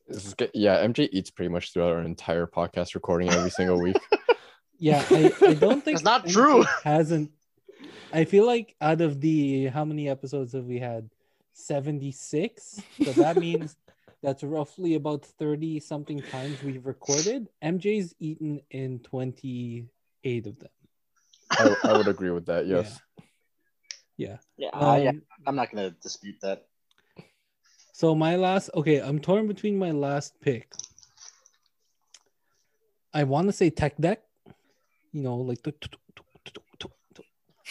S1: This is good. Yeah, MJ eats pretty much throughout our entire podcast recording every single week.
S2: <laughs> yeah, I, I don't think
S3: That's not
S2: NBC
S3: true.
S2: <laughs> Hasn't I feel like out of the how many episodes have we had? 76. So
S3: <laughs>
S2: that means that's roughly about 30 something times we've recorded. MJ's eaten in 28 of them.
S1: I, I would agree with that.
S2: <laughs> Yeah.
S1: Yes.
S3: yeah,
S1: Ah,
S2: Um,
S3: yeah, I'm not gonna dispute that.
S2: So my last okay, I'm torn between my last pick. I want to say tech deck, you know, like the <laughs>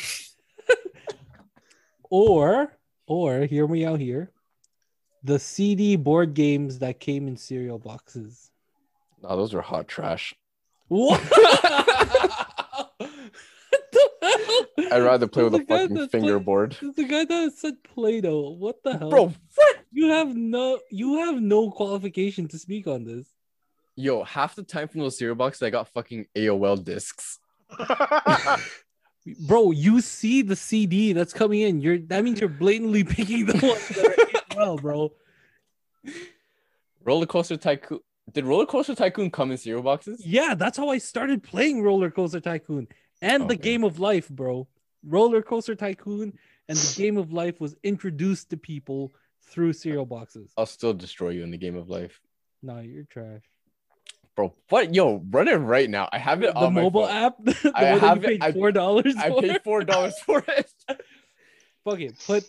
S2: or or hear me out here, the CD board games that came in cereal boxes. <laughs>
S1: No, those were hot <laughs> trash.
S2: What?
S1: I'd rather
S2: Oh
S1: play with a fucking fingerboard.
S2: The guy that said Play-Doh. What the hell?
S1: Bro,
S2: You have no you have no qualification to speak on this.
S1: yo, half the time from those cereal boxes, I got fucking AOL discs.
S2: Bro, you see the CD that's coming in. You're that means you're blatantly <laughs> picking the ones that are
S1: <laughs>
S2: in well, bro.
S1: Roller Coaster Tycoon. Did Roller Coaster Tycoon come in cereal boxes?
S2: Yeah, that's how I started playing Roller Coaster Tycoon and the
S1: Okay.
S2: Game of Life, bro. Roller Coaster Tycoon and the Game of Life was introduced to people through cereal boxes.
S1: I'll still destroy you in the game of life.
S2: No, you're trash.
S1: Bro, what? Yo, run it right now. I have it
S2: The
S1: on my
S2: mobile
S1: phone.
S2: app, <laughs> the one
S1: I
S2: that you
S1: have it-
S2: paid
S1: I-
S2: four dollars.
S1: I paid $4 for it.
S2: <laughs> Fuck it, put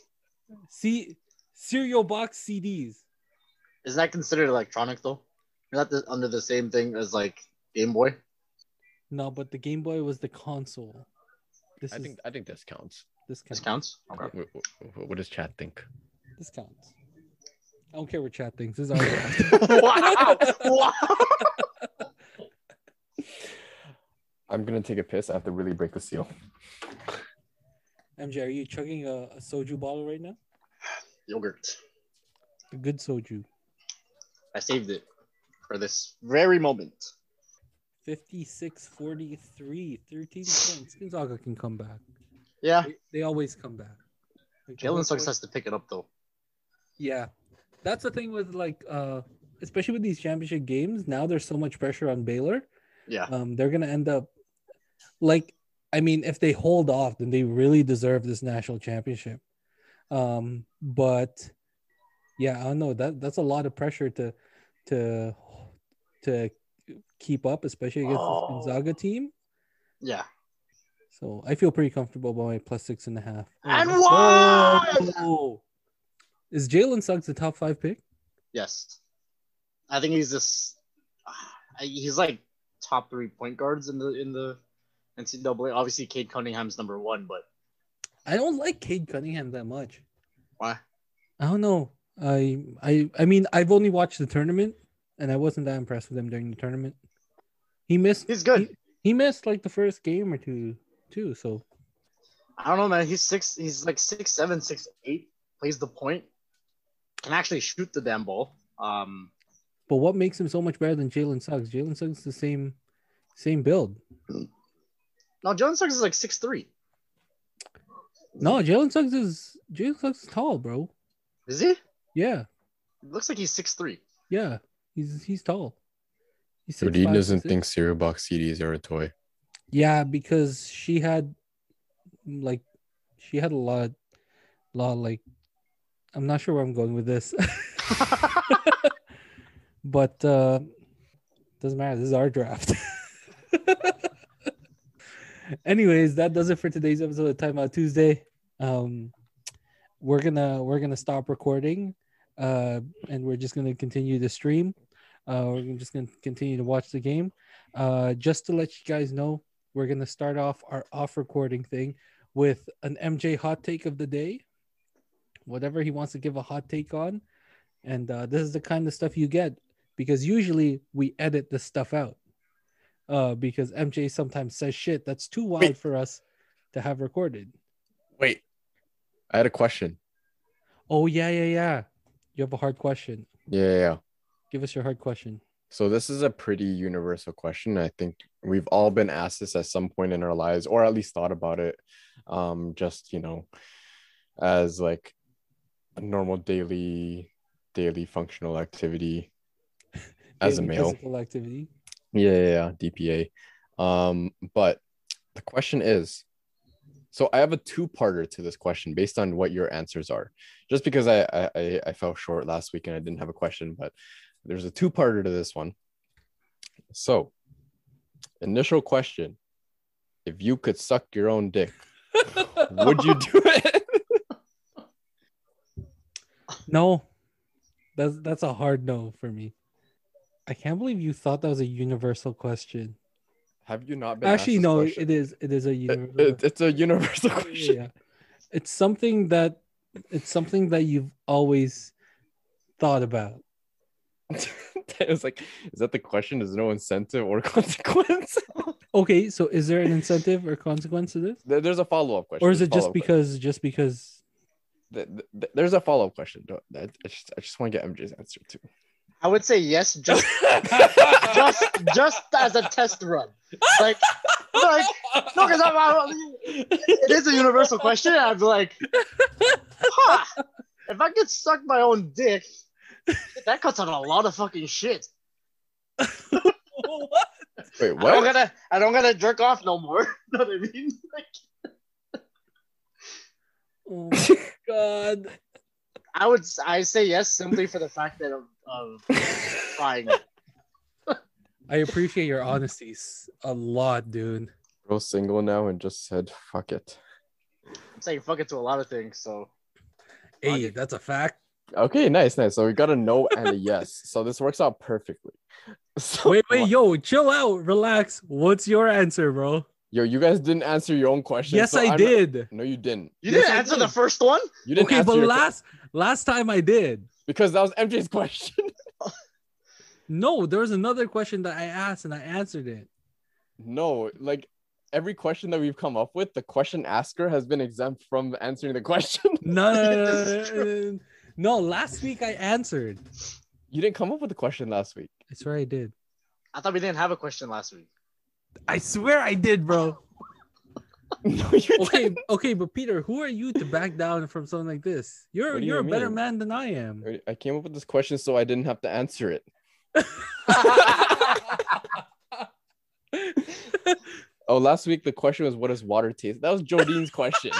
S2: see cereal box CDs.
S3: Isn't that considered electronic though? You're not the, under the same thing as like Game Boy.
S2: No, but the Game Boy was the console. This
S1: I
S2: is
S1: think I think this counts.
S2: this
S3: This
S2: counts.
S3: counts.
S1: Wh- wh- wh- What does Chad think?
S2: This counts. I don't care what chat thinks. This is our <laughs> draft.
S3: wow! Wow!
S1: <laughs> I'm gonna take a piss. I have to really break the seal.
S2: MJ, are you chugging a, a soju bottle right now?
S3: Yogurt.
S2: A good soju.
S3: I saved it for this very moment.
S2: 56 43, 13 points. Gonzaga can come back.
S3: Yeah,
S2: They, they always come back. Like, the whole
S3: Jalen Suggs
S2: point-
S3: has to pick it up though.
S2: Yeah. That's the thing with like uh especially with these championship games, now there's so much pressure on Baylor.
S3: Yeah,
S2: um, they're gonna end up like I mean, if they hold off, then they really deserve this national championship. Um, but yeah, I don't know that that's a lot of pressure to to to keep up, especially against
S3: Oh.
S2: this Gonzaga team.
S3: yeah.
S2: So I feel pretty comfortable about my plus six and a half.
S3: And
S2: Whoa! Is Jalen Suggs the top five pick?
S3: Yes, I think he's this. I- He's like top three point guards in the in the NCAA. Obviously, Cade Cunningham's number one, but
S2: I don't like Cade Cunningham that much.
S3: why?
S2: I don't know. I I I mean I've only watched the tournament and I wasn't that impressed with him during the tournament. He missed
S3: He's good.
S2: he missed like the first game or two too, so
S3: I don't know, man. He's six. He's like six seven, six eight. Plays the point. Can actually shoot the damn ball. Um,
S2: but what makes him so much better than Jalen Suggs? Jalen Suggs is the same same build.
S3: no, Jalen Suggs is like six three.
S2: No, Jalen Suggs is Jalen Suggs is tall, bro.
S3: Is he?
S2: Yeah,
S3: looks like he's six three.
S2: yeah. He's he's tall. He's six
S1: Rodine
S2: five,
S1: doesn't
S2: six-
S1: think cereal box CDs are a toy.
S2: Yeah, because she had like she had a lot lot like I'm not sure where I'm going with this. <laughs> but uh doesn't matter this is our draft <laughs> anyways that does it for today's episode of time out tuesday um we're gonna we're gonna stop recording uh and we're just gonna continue the stream uh we're gonna- just gonna continue to watch the game uh just to let you guys know We're gonna start off our off recording thing with an MJ hot take of the day, whatever he wants to give a hot take on, and uh, this is the kind of stuff you get because usually we edit this stuff out uh, because MJ sometimes says shit that's too wide
S1: Wait.
S2: for us to have recorded.
S1: Wait, I had a question.
S2: Oh yeah, yeah, yeah. You have a hard question.
S1: Yeah, yeah, yeah.
S2: Give us your hard question.
S1: So this is a pretty universal question. I think we've all been asked this at some point in our lives, or at least thought about it. Um, just you know, as like a normal daily, daily functional activity as a
S2: Daily
S1: male.
S2: physical activity.
S1: Yeah, yeah, yeah, DPA. Um, but the question is, so I have a two-parter to this question based on what your answers are. Just because I I- I, I fell short last week and I didn't have a question, but there's a two-parter to this one. So, initial question: If you could suck your own dick, would you do
S2: <laughs>
S1: it?
S2: No, that's that's a hard no for me. I can't believe you thought that was a universal question.
S1: Have you not been asked
S2: Actually,
S1: this
S2: no,
S1: question?
S2: it is. It is a
S1: It-
S2: universal.
S1: it- it's a universal <laughs> question.
S2: yeah, it's something that it's something that you've always thought about.
S1: it was like, is that the question? Is no incentive or <laughs> consequence?
S2: Okay, so is there an incentive or consequence to this,
S1: There- There's a follow up question.
S2: or is
S1: There's
S2: it
S1: a
S2: just
S1: follow-up
S2: because just because?
S1: question. Th- th- There's a follow up question. Don't- I I just, I just want to get MJ's answer <laughs> too.
S3: I would say yes, just just just as a test run. Like, <laughs> like no, because I'm, I'm- it is a universal question. and I'd be like, huh, if I could suck my own dick, that cuts out a lot of fucking shit.
S1: Wait,
S3: I don't
S1: what?
S3: gotta, I don't gotta jerk off no more. <laughs> know what I mean? Like,
S2: <laughs> oh my god!
S3: I would, I say yes simply for the fact that of, of trying. it.
S2: I appreciate your honesties a lot, dude.
S1: Real single now and just said fuck it.
S3: I'm saying fuck it to a lot of things. So
S2: Hey, that's a fact.
S1: Okay, nice, nice. So we got a no and a yes. So this works out perfectly. <laughs> So,
S2: Wait, wait, yo, chill out, relax. What's your answer, bro?
S1: yo, you guys didn't answer your own question.
S2: yes,
S1: so
S2: I
S1: I'm-
S2: did.
S1: No, you didn't.
S3: you
S2: Yes,
S3: didn't
S2: I
S3: answer
S2: did.
S3: the first one.
S1: You didn't
S2: Okay,
S1: answer
S2: but
S1: your que-
S2: last last time I did.
S1: because that was MJ's <laughs> question.
S2: No, there was another question that I asked and I
S1: <laughs>
S2: answered it.
S1: no, like every question that we've come up with, the question asker has been exempt from answering the question. <laughs>
S2: No, no, no, no,
S3: This is
S2: no, no, no. No, last week I answered.
S1: you didn't come up with a question last week.
S2: I swear I did.
S3: I thought we didn't have a question last week.
S2: I swear I did, bro.
S1: <laughs> No, you didn't.
S2: <laughs> Okay, okay, but Peter, who are you to back down from something like this? You're
S1: What do you
S2: you're a better
S1: mean?
S2: man than
S1: <laughs>
S2: I am.
S1: I- I came up with this question so I didn't have to answer <laughs> it. Oh, last week the question was, "What does water taste?" That was Jolene's <laughs> question,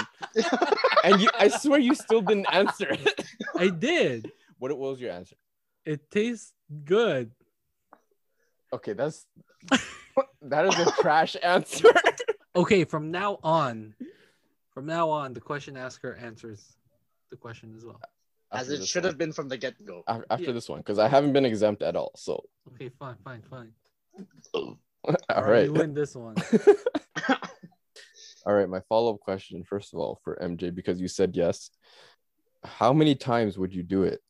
S1: and you, I swear you still didn't answer it. <laughs>
S2: I did.
S1: What, what was your answer?
S2: It tastes good.
S1: Okay, that's that is a trash <laughs> answer.
S2: Okay, from now on, from now on, the question asker answers the question as well.
S3: As
S1: After
S3: it
S1: this
S3: should
S1: one. Uh,
S3: have been from the get go.
S1: Af- after
S2: Yeah.
S1: this one because I haven't been exempt at all. So,
S2: Okay, fine, fine, fine.
S1: all
S2: Alright,
S1: right,
S2: you win this one.
S1: all right. My follow up question, first of all, for MJ because you said yes. How many times would you do it?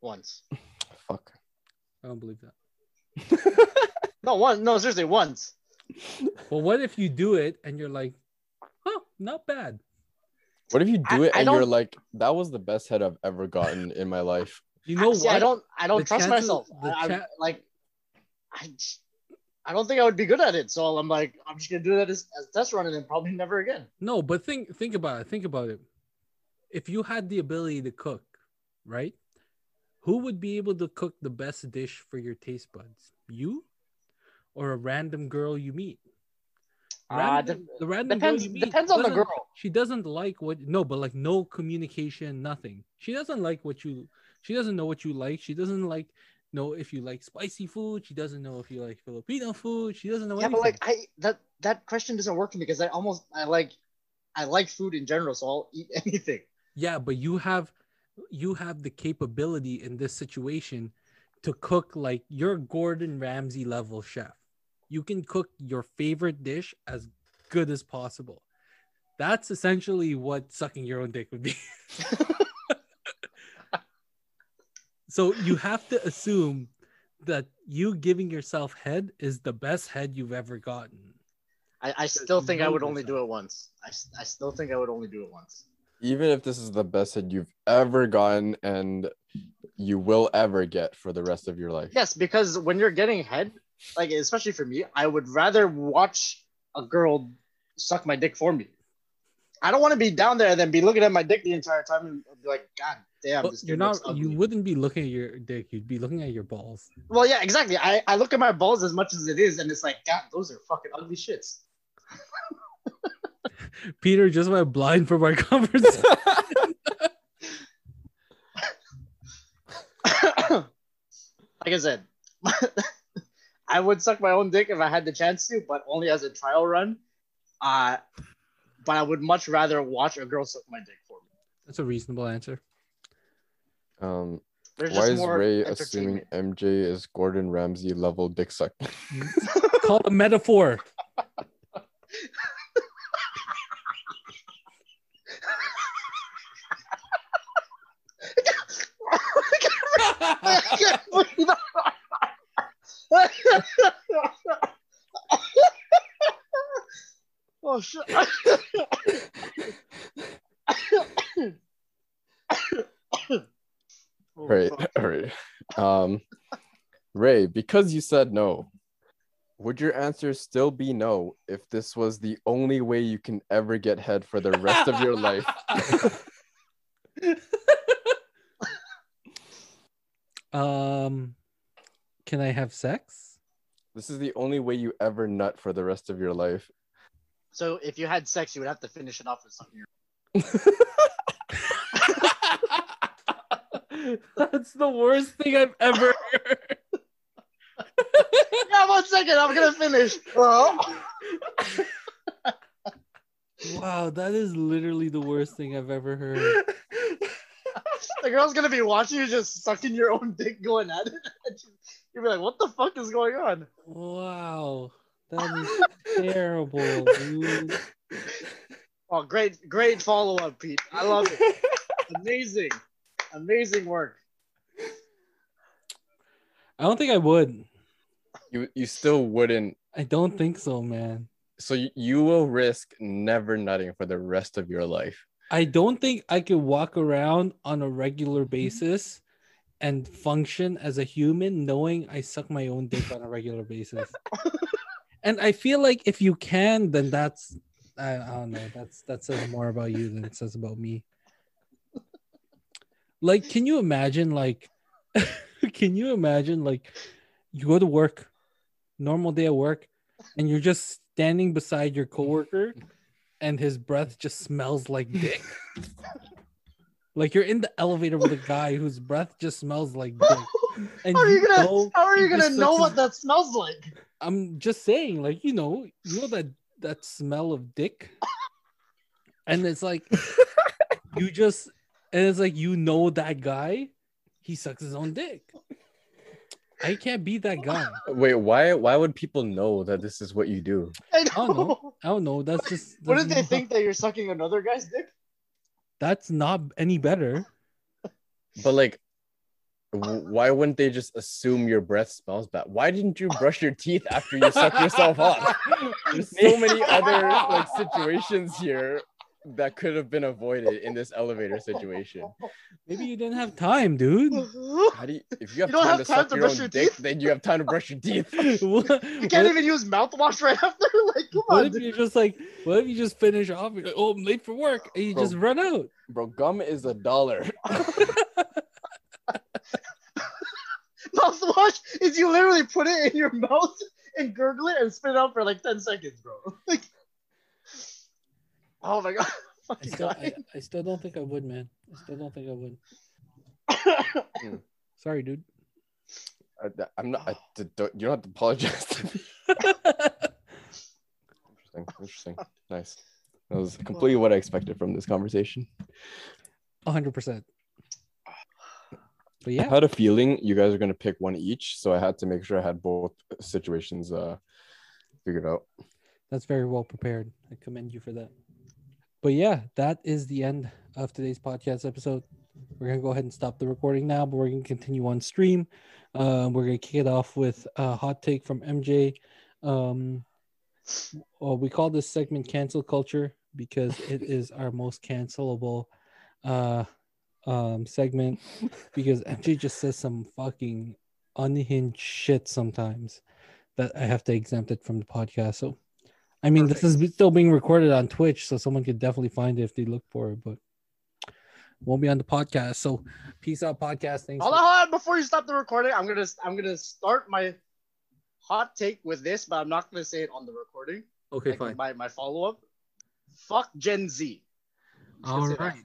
S3: Once.
S1: Fuck.
S2: I don't believe that.
S3: No, one. No, seriously, once.
S2: Well, what if you do it and you're like, huh, not bad.
S1: What if you do
S3: I-
S1: it
S3: I
S1: and you're
S3: don't-
S1: like, that was the best head I've ever gotten in my life?
S2: You know
S3: See,
S2: what?
S3: I don't. I don't
S2: The
S3: trust
S2: chances-
S3: myself.
S2: the
S3: I, I,
S2: cha-
S3: like, I, j- I don't think I would be good at it. So I'm like, I'm just gonna do that as, as test run and then probably never again.
S2: No, but think think about it. Think about it. If you had the ability to cook, right? Who would be able to cook the best dish for your taste buds? You or a random girl you meet?
S3: Ah,
S2: Random-
S3: dep-
S2: the random girl
S3: Depends.
S2: you meet
S3: Depends on the
S2: doesn't-
S3: girl.
S2: She doesn't like what no, but like no communication, nothing. She doesn't like what you she doesn't know what you like. She doesn't like know if you like spicy food. She doesn't know if you like Filipino food. She doesn't know
S3: Yeah,
S2: anything.
S3: but like, I that that question doesn't work for me because I almost I like, I like food in general, so I'll eat <laughs> anything.
S2: Yeah, but you have you have the capability in this situation to cook like your Gordon Ramsay level chef. you can cook your favorite dish as good as possible. That's essentially what sucking your own dick would be. <laughs> so you have to assume that you giving yourself head is the best head you've ever gotten.
S3: I, I still
S2: you
S3: think I
S2: know
S3: would only
S2: yourself.
S3: do it once. I, s- I still think I would only do it once.
S1: Even if this is the best that you've ever gotten and you will ever get for the rest of your life.
S3: Yes, because when you're getting head, like especially for me, I would rather watch a girl suck my dick for me. I don't want to be down there and then be looking at my dick the entire time and be like, God damn,
S2: But
S3: this
S2: you're
S3: dude
S2: not.
S3: looks ugly."
S2: You wouldn't be looking at your dick. You'd be looking at your balls.
S3: Well, yeah, exactly. I, I look at my balls as much as it is, and it's like, God, those are fucking ugly shits. <coughs>
S2: Peter just went blind from our <laughs> conversation.
S3: like I said, <laughs> I would suck my own dick if I had the chance to, but only as a trial run. Uh, but I would much rather watch a girl suck my dick for me.
S2: That's a reasonable
S1: <laughs>
S2: answer.
S1: Um,
S3: There's
S1: why
S3: just
S1: is
S3: more
S1: Ray assuming
S3: entertainment.
S1: MJ is Gordon Ramsay level dick suck? <laughs>
S2: Call it a metaphor.
S3: I can't breathe. <laughs> oh shit! <coughs> Oh,
S1: Right,
S3: fuck.
S1: all <laughs> right. Um, Ray, because you said no, would your answer still be no if this was the only way you can ever get head for the <laughs> rest of
S3: <laughs>
S1: your life?
S2: <laughs> um, can I have sex? <laughs>
S1: This is the only way you ever nut for the rest of your life.
S3: So if you had sex, you would have to finish it off with something. <laughs>
S2: That's the worst thing I've ever heard.
S3: Yeah, one second, I'm gonna finish. Well,
S2: Wow, that is literally the worst thing I've ever heard.
S3: <laughs> the girl's gonna be watching you just sucking your own dick going at it. <laughs> And she- You'll be like, what the fuck is going on?
S2: Wow, that is terrible, dude.
S3: Oh, great, great follow up, Pete. I love it. Amazing, amazing work.
S2: I don't think I would.
S1: You you still wouldn't.
S2: I don't think so, man.
S1: So you, you will risk never nutting for the rest of your life.
S2: I don't think I could walk around on a regular basis and function as a human knowing I suck my own dick on a regular basis. and I feel like if you can, then that's I, I don't know. That's that says more about you than it says about me. Like, can you imagine? Like, <laughs> can you imagine? Like, you go to work, normal day at work, and you're just standing beside your coworker and his breath just smells like
S3: <laughs>
S2: dick. like you're in the elevator with a guy whose breath just smells like dick. And
S3: <laughs> How are you gonna?
S2: know-
S3: how are you
S2: he
S3: gonna
S2: just
S3: know
S2: sucks
S3: what
S2: his-
S3: that smells like? <laughs>
S2: I'm just saying, like you know, you know that that smell of dick, and it's like
S3: <laughs>
S2: you just, and it's like you know that guy, he sucks his own dick. I can't be that guy.
S1: Wait, why why would people know that this is what you do?
S3: I
S2: I
S3: don't
S2: don't
S3: know.
S2: I don't know. That's
S3: <laughs>
S2: just.
S3: Wouldn't they
S2: that's not-
S3: think that you're sucking another guy's dick?
S2: That's not any better.
S1: But like, w- why wouldn't they just assume your breath smells bad? Why didn't you brush your teeth after you suck yourself off? There's so many other like situations here that could have been avoided in this elevator situation.
S2: Maybe you didn't have time,
S3: <laughs>
S2: dude. <laughs>
S3: <laughs> you
S1: How do you, if you have
S3: don't
S1: time
S3: have
S1: to
S3: time
S1: suck
S3: to
S1: your
S3: brush
S1: own
S3: your
S1: dick,
S3: teeth?
S1: then you have time to brush your teeth.
S2: what,
S3: can't
S2: what-
S3: even use mouthwash right after. <laughs> Like, come
S2: what
S3: on.
S2: if
S3: dude.
S2: you just like? What if you just finish off? You're like, oh, I'm late for work, and you
S1: Bro.
S2: just run out.
S1: Bro, gum is a dollar.
S3: mouthwash is you literally put it in your mouth and gurgle it and spit it out for like 10 seconds, bro. <laughs> Like, oh my god. <laughs>
S2: I
S3: Fucking
S2: still, I,
S3: dying.
S2: I still don't think I would, man. I still don't think I would. Sorry, dude.
S1: I, am not. I, d- don't, you don't have to apologize to me. <laughs> Interesting. Interesting. Nice. That was completely what I expected from this conversation.
S2: 100%. But
S1: I
S2: yeah,
S1: had a feeling you guys were gonna pick one each, so I had to make sure I had both situations uh
S4: figured out.
S2: That's very well prepared. I commend you for that. But yeah, that is the end of today's podcast episode. We're gonna go ahead and stop the recording now, but we're gonna continue on stream. Uh, we're gonna kick it off with a hot take from MJ. Um, well, we call this segment "Cancel Culture" because it is our most cancelable uh, um, segment. Because MJ just says some fucking unhinged shit sometimes that I have to exempt it from the podcast. So, I mean, this is still being recorded on Twitch, so someone could definitely find it if they look for it, but won't be on the podcast. So, peace out, podcast. Thanks.
S3: Hold
S2: for-
S3: on, hold on. Before you stop the recording, I'm gonna I'm gonna start my hot take with this, but I'm not gonna say it on the recording.
S2: Okay,
S3: Like,
S2: fine.
S3: My my follow up. Fuck Gen Z. I'm just gonna
S2: All
S3: say that.
S2: right.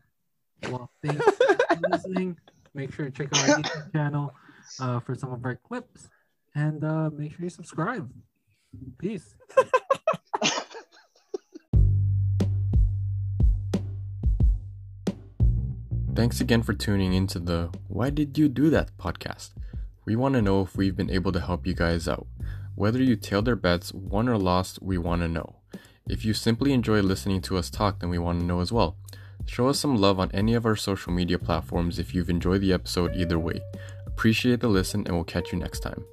S3: <laughs>
S2: Well, thanks for listening. Make sure to check out our
S3: <laughs>
S2: YouTube channel uh, for some of our clips, and uh, make sure you subscribe. Peace.
S1: Thanks again for tuning into the Why Did You Do That podcast. We want to know if we've been able to help you guys out. Whether you tailed our bets, won or lost, we want to know. If you simply enjoy listening to us talk, then we want to know as well. Show us some love on any of our social media platforms if you've enjoyed the episode either way. Appreciate the listen, and we'll catch you next time.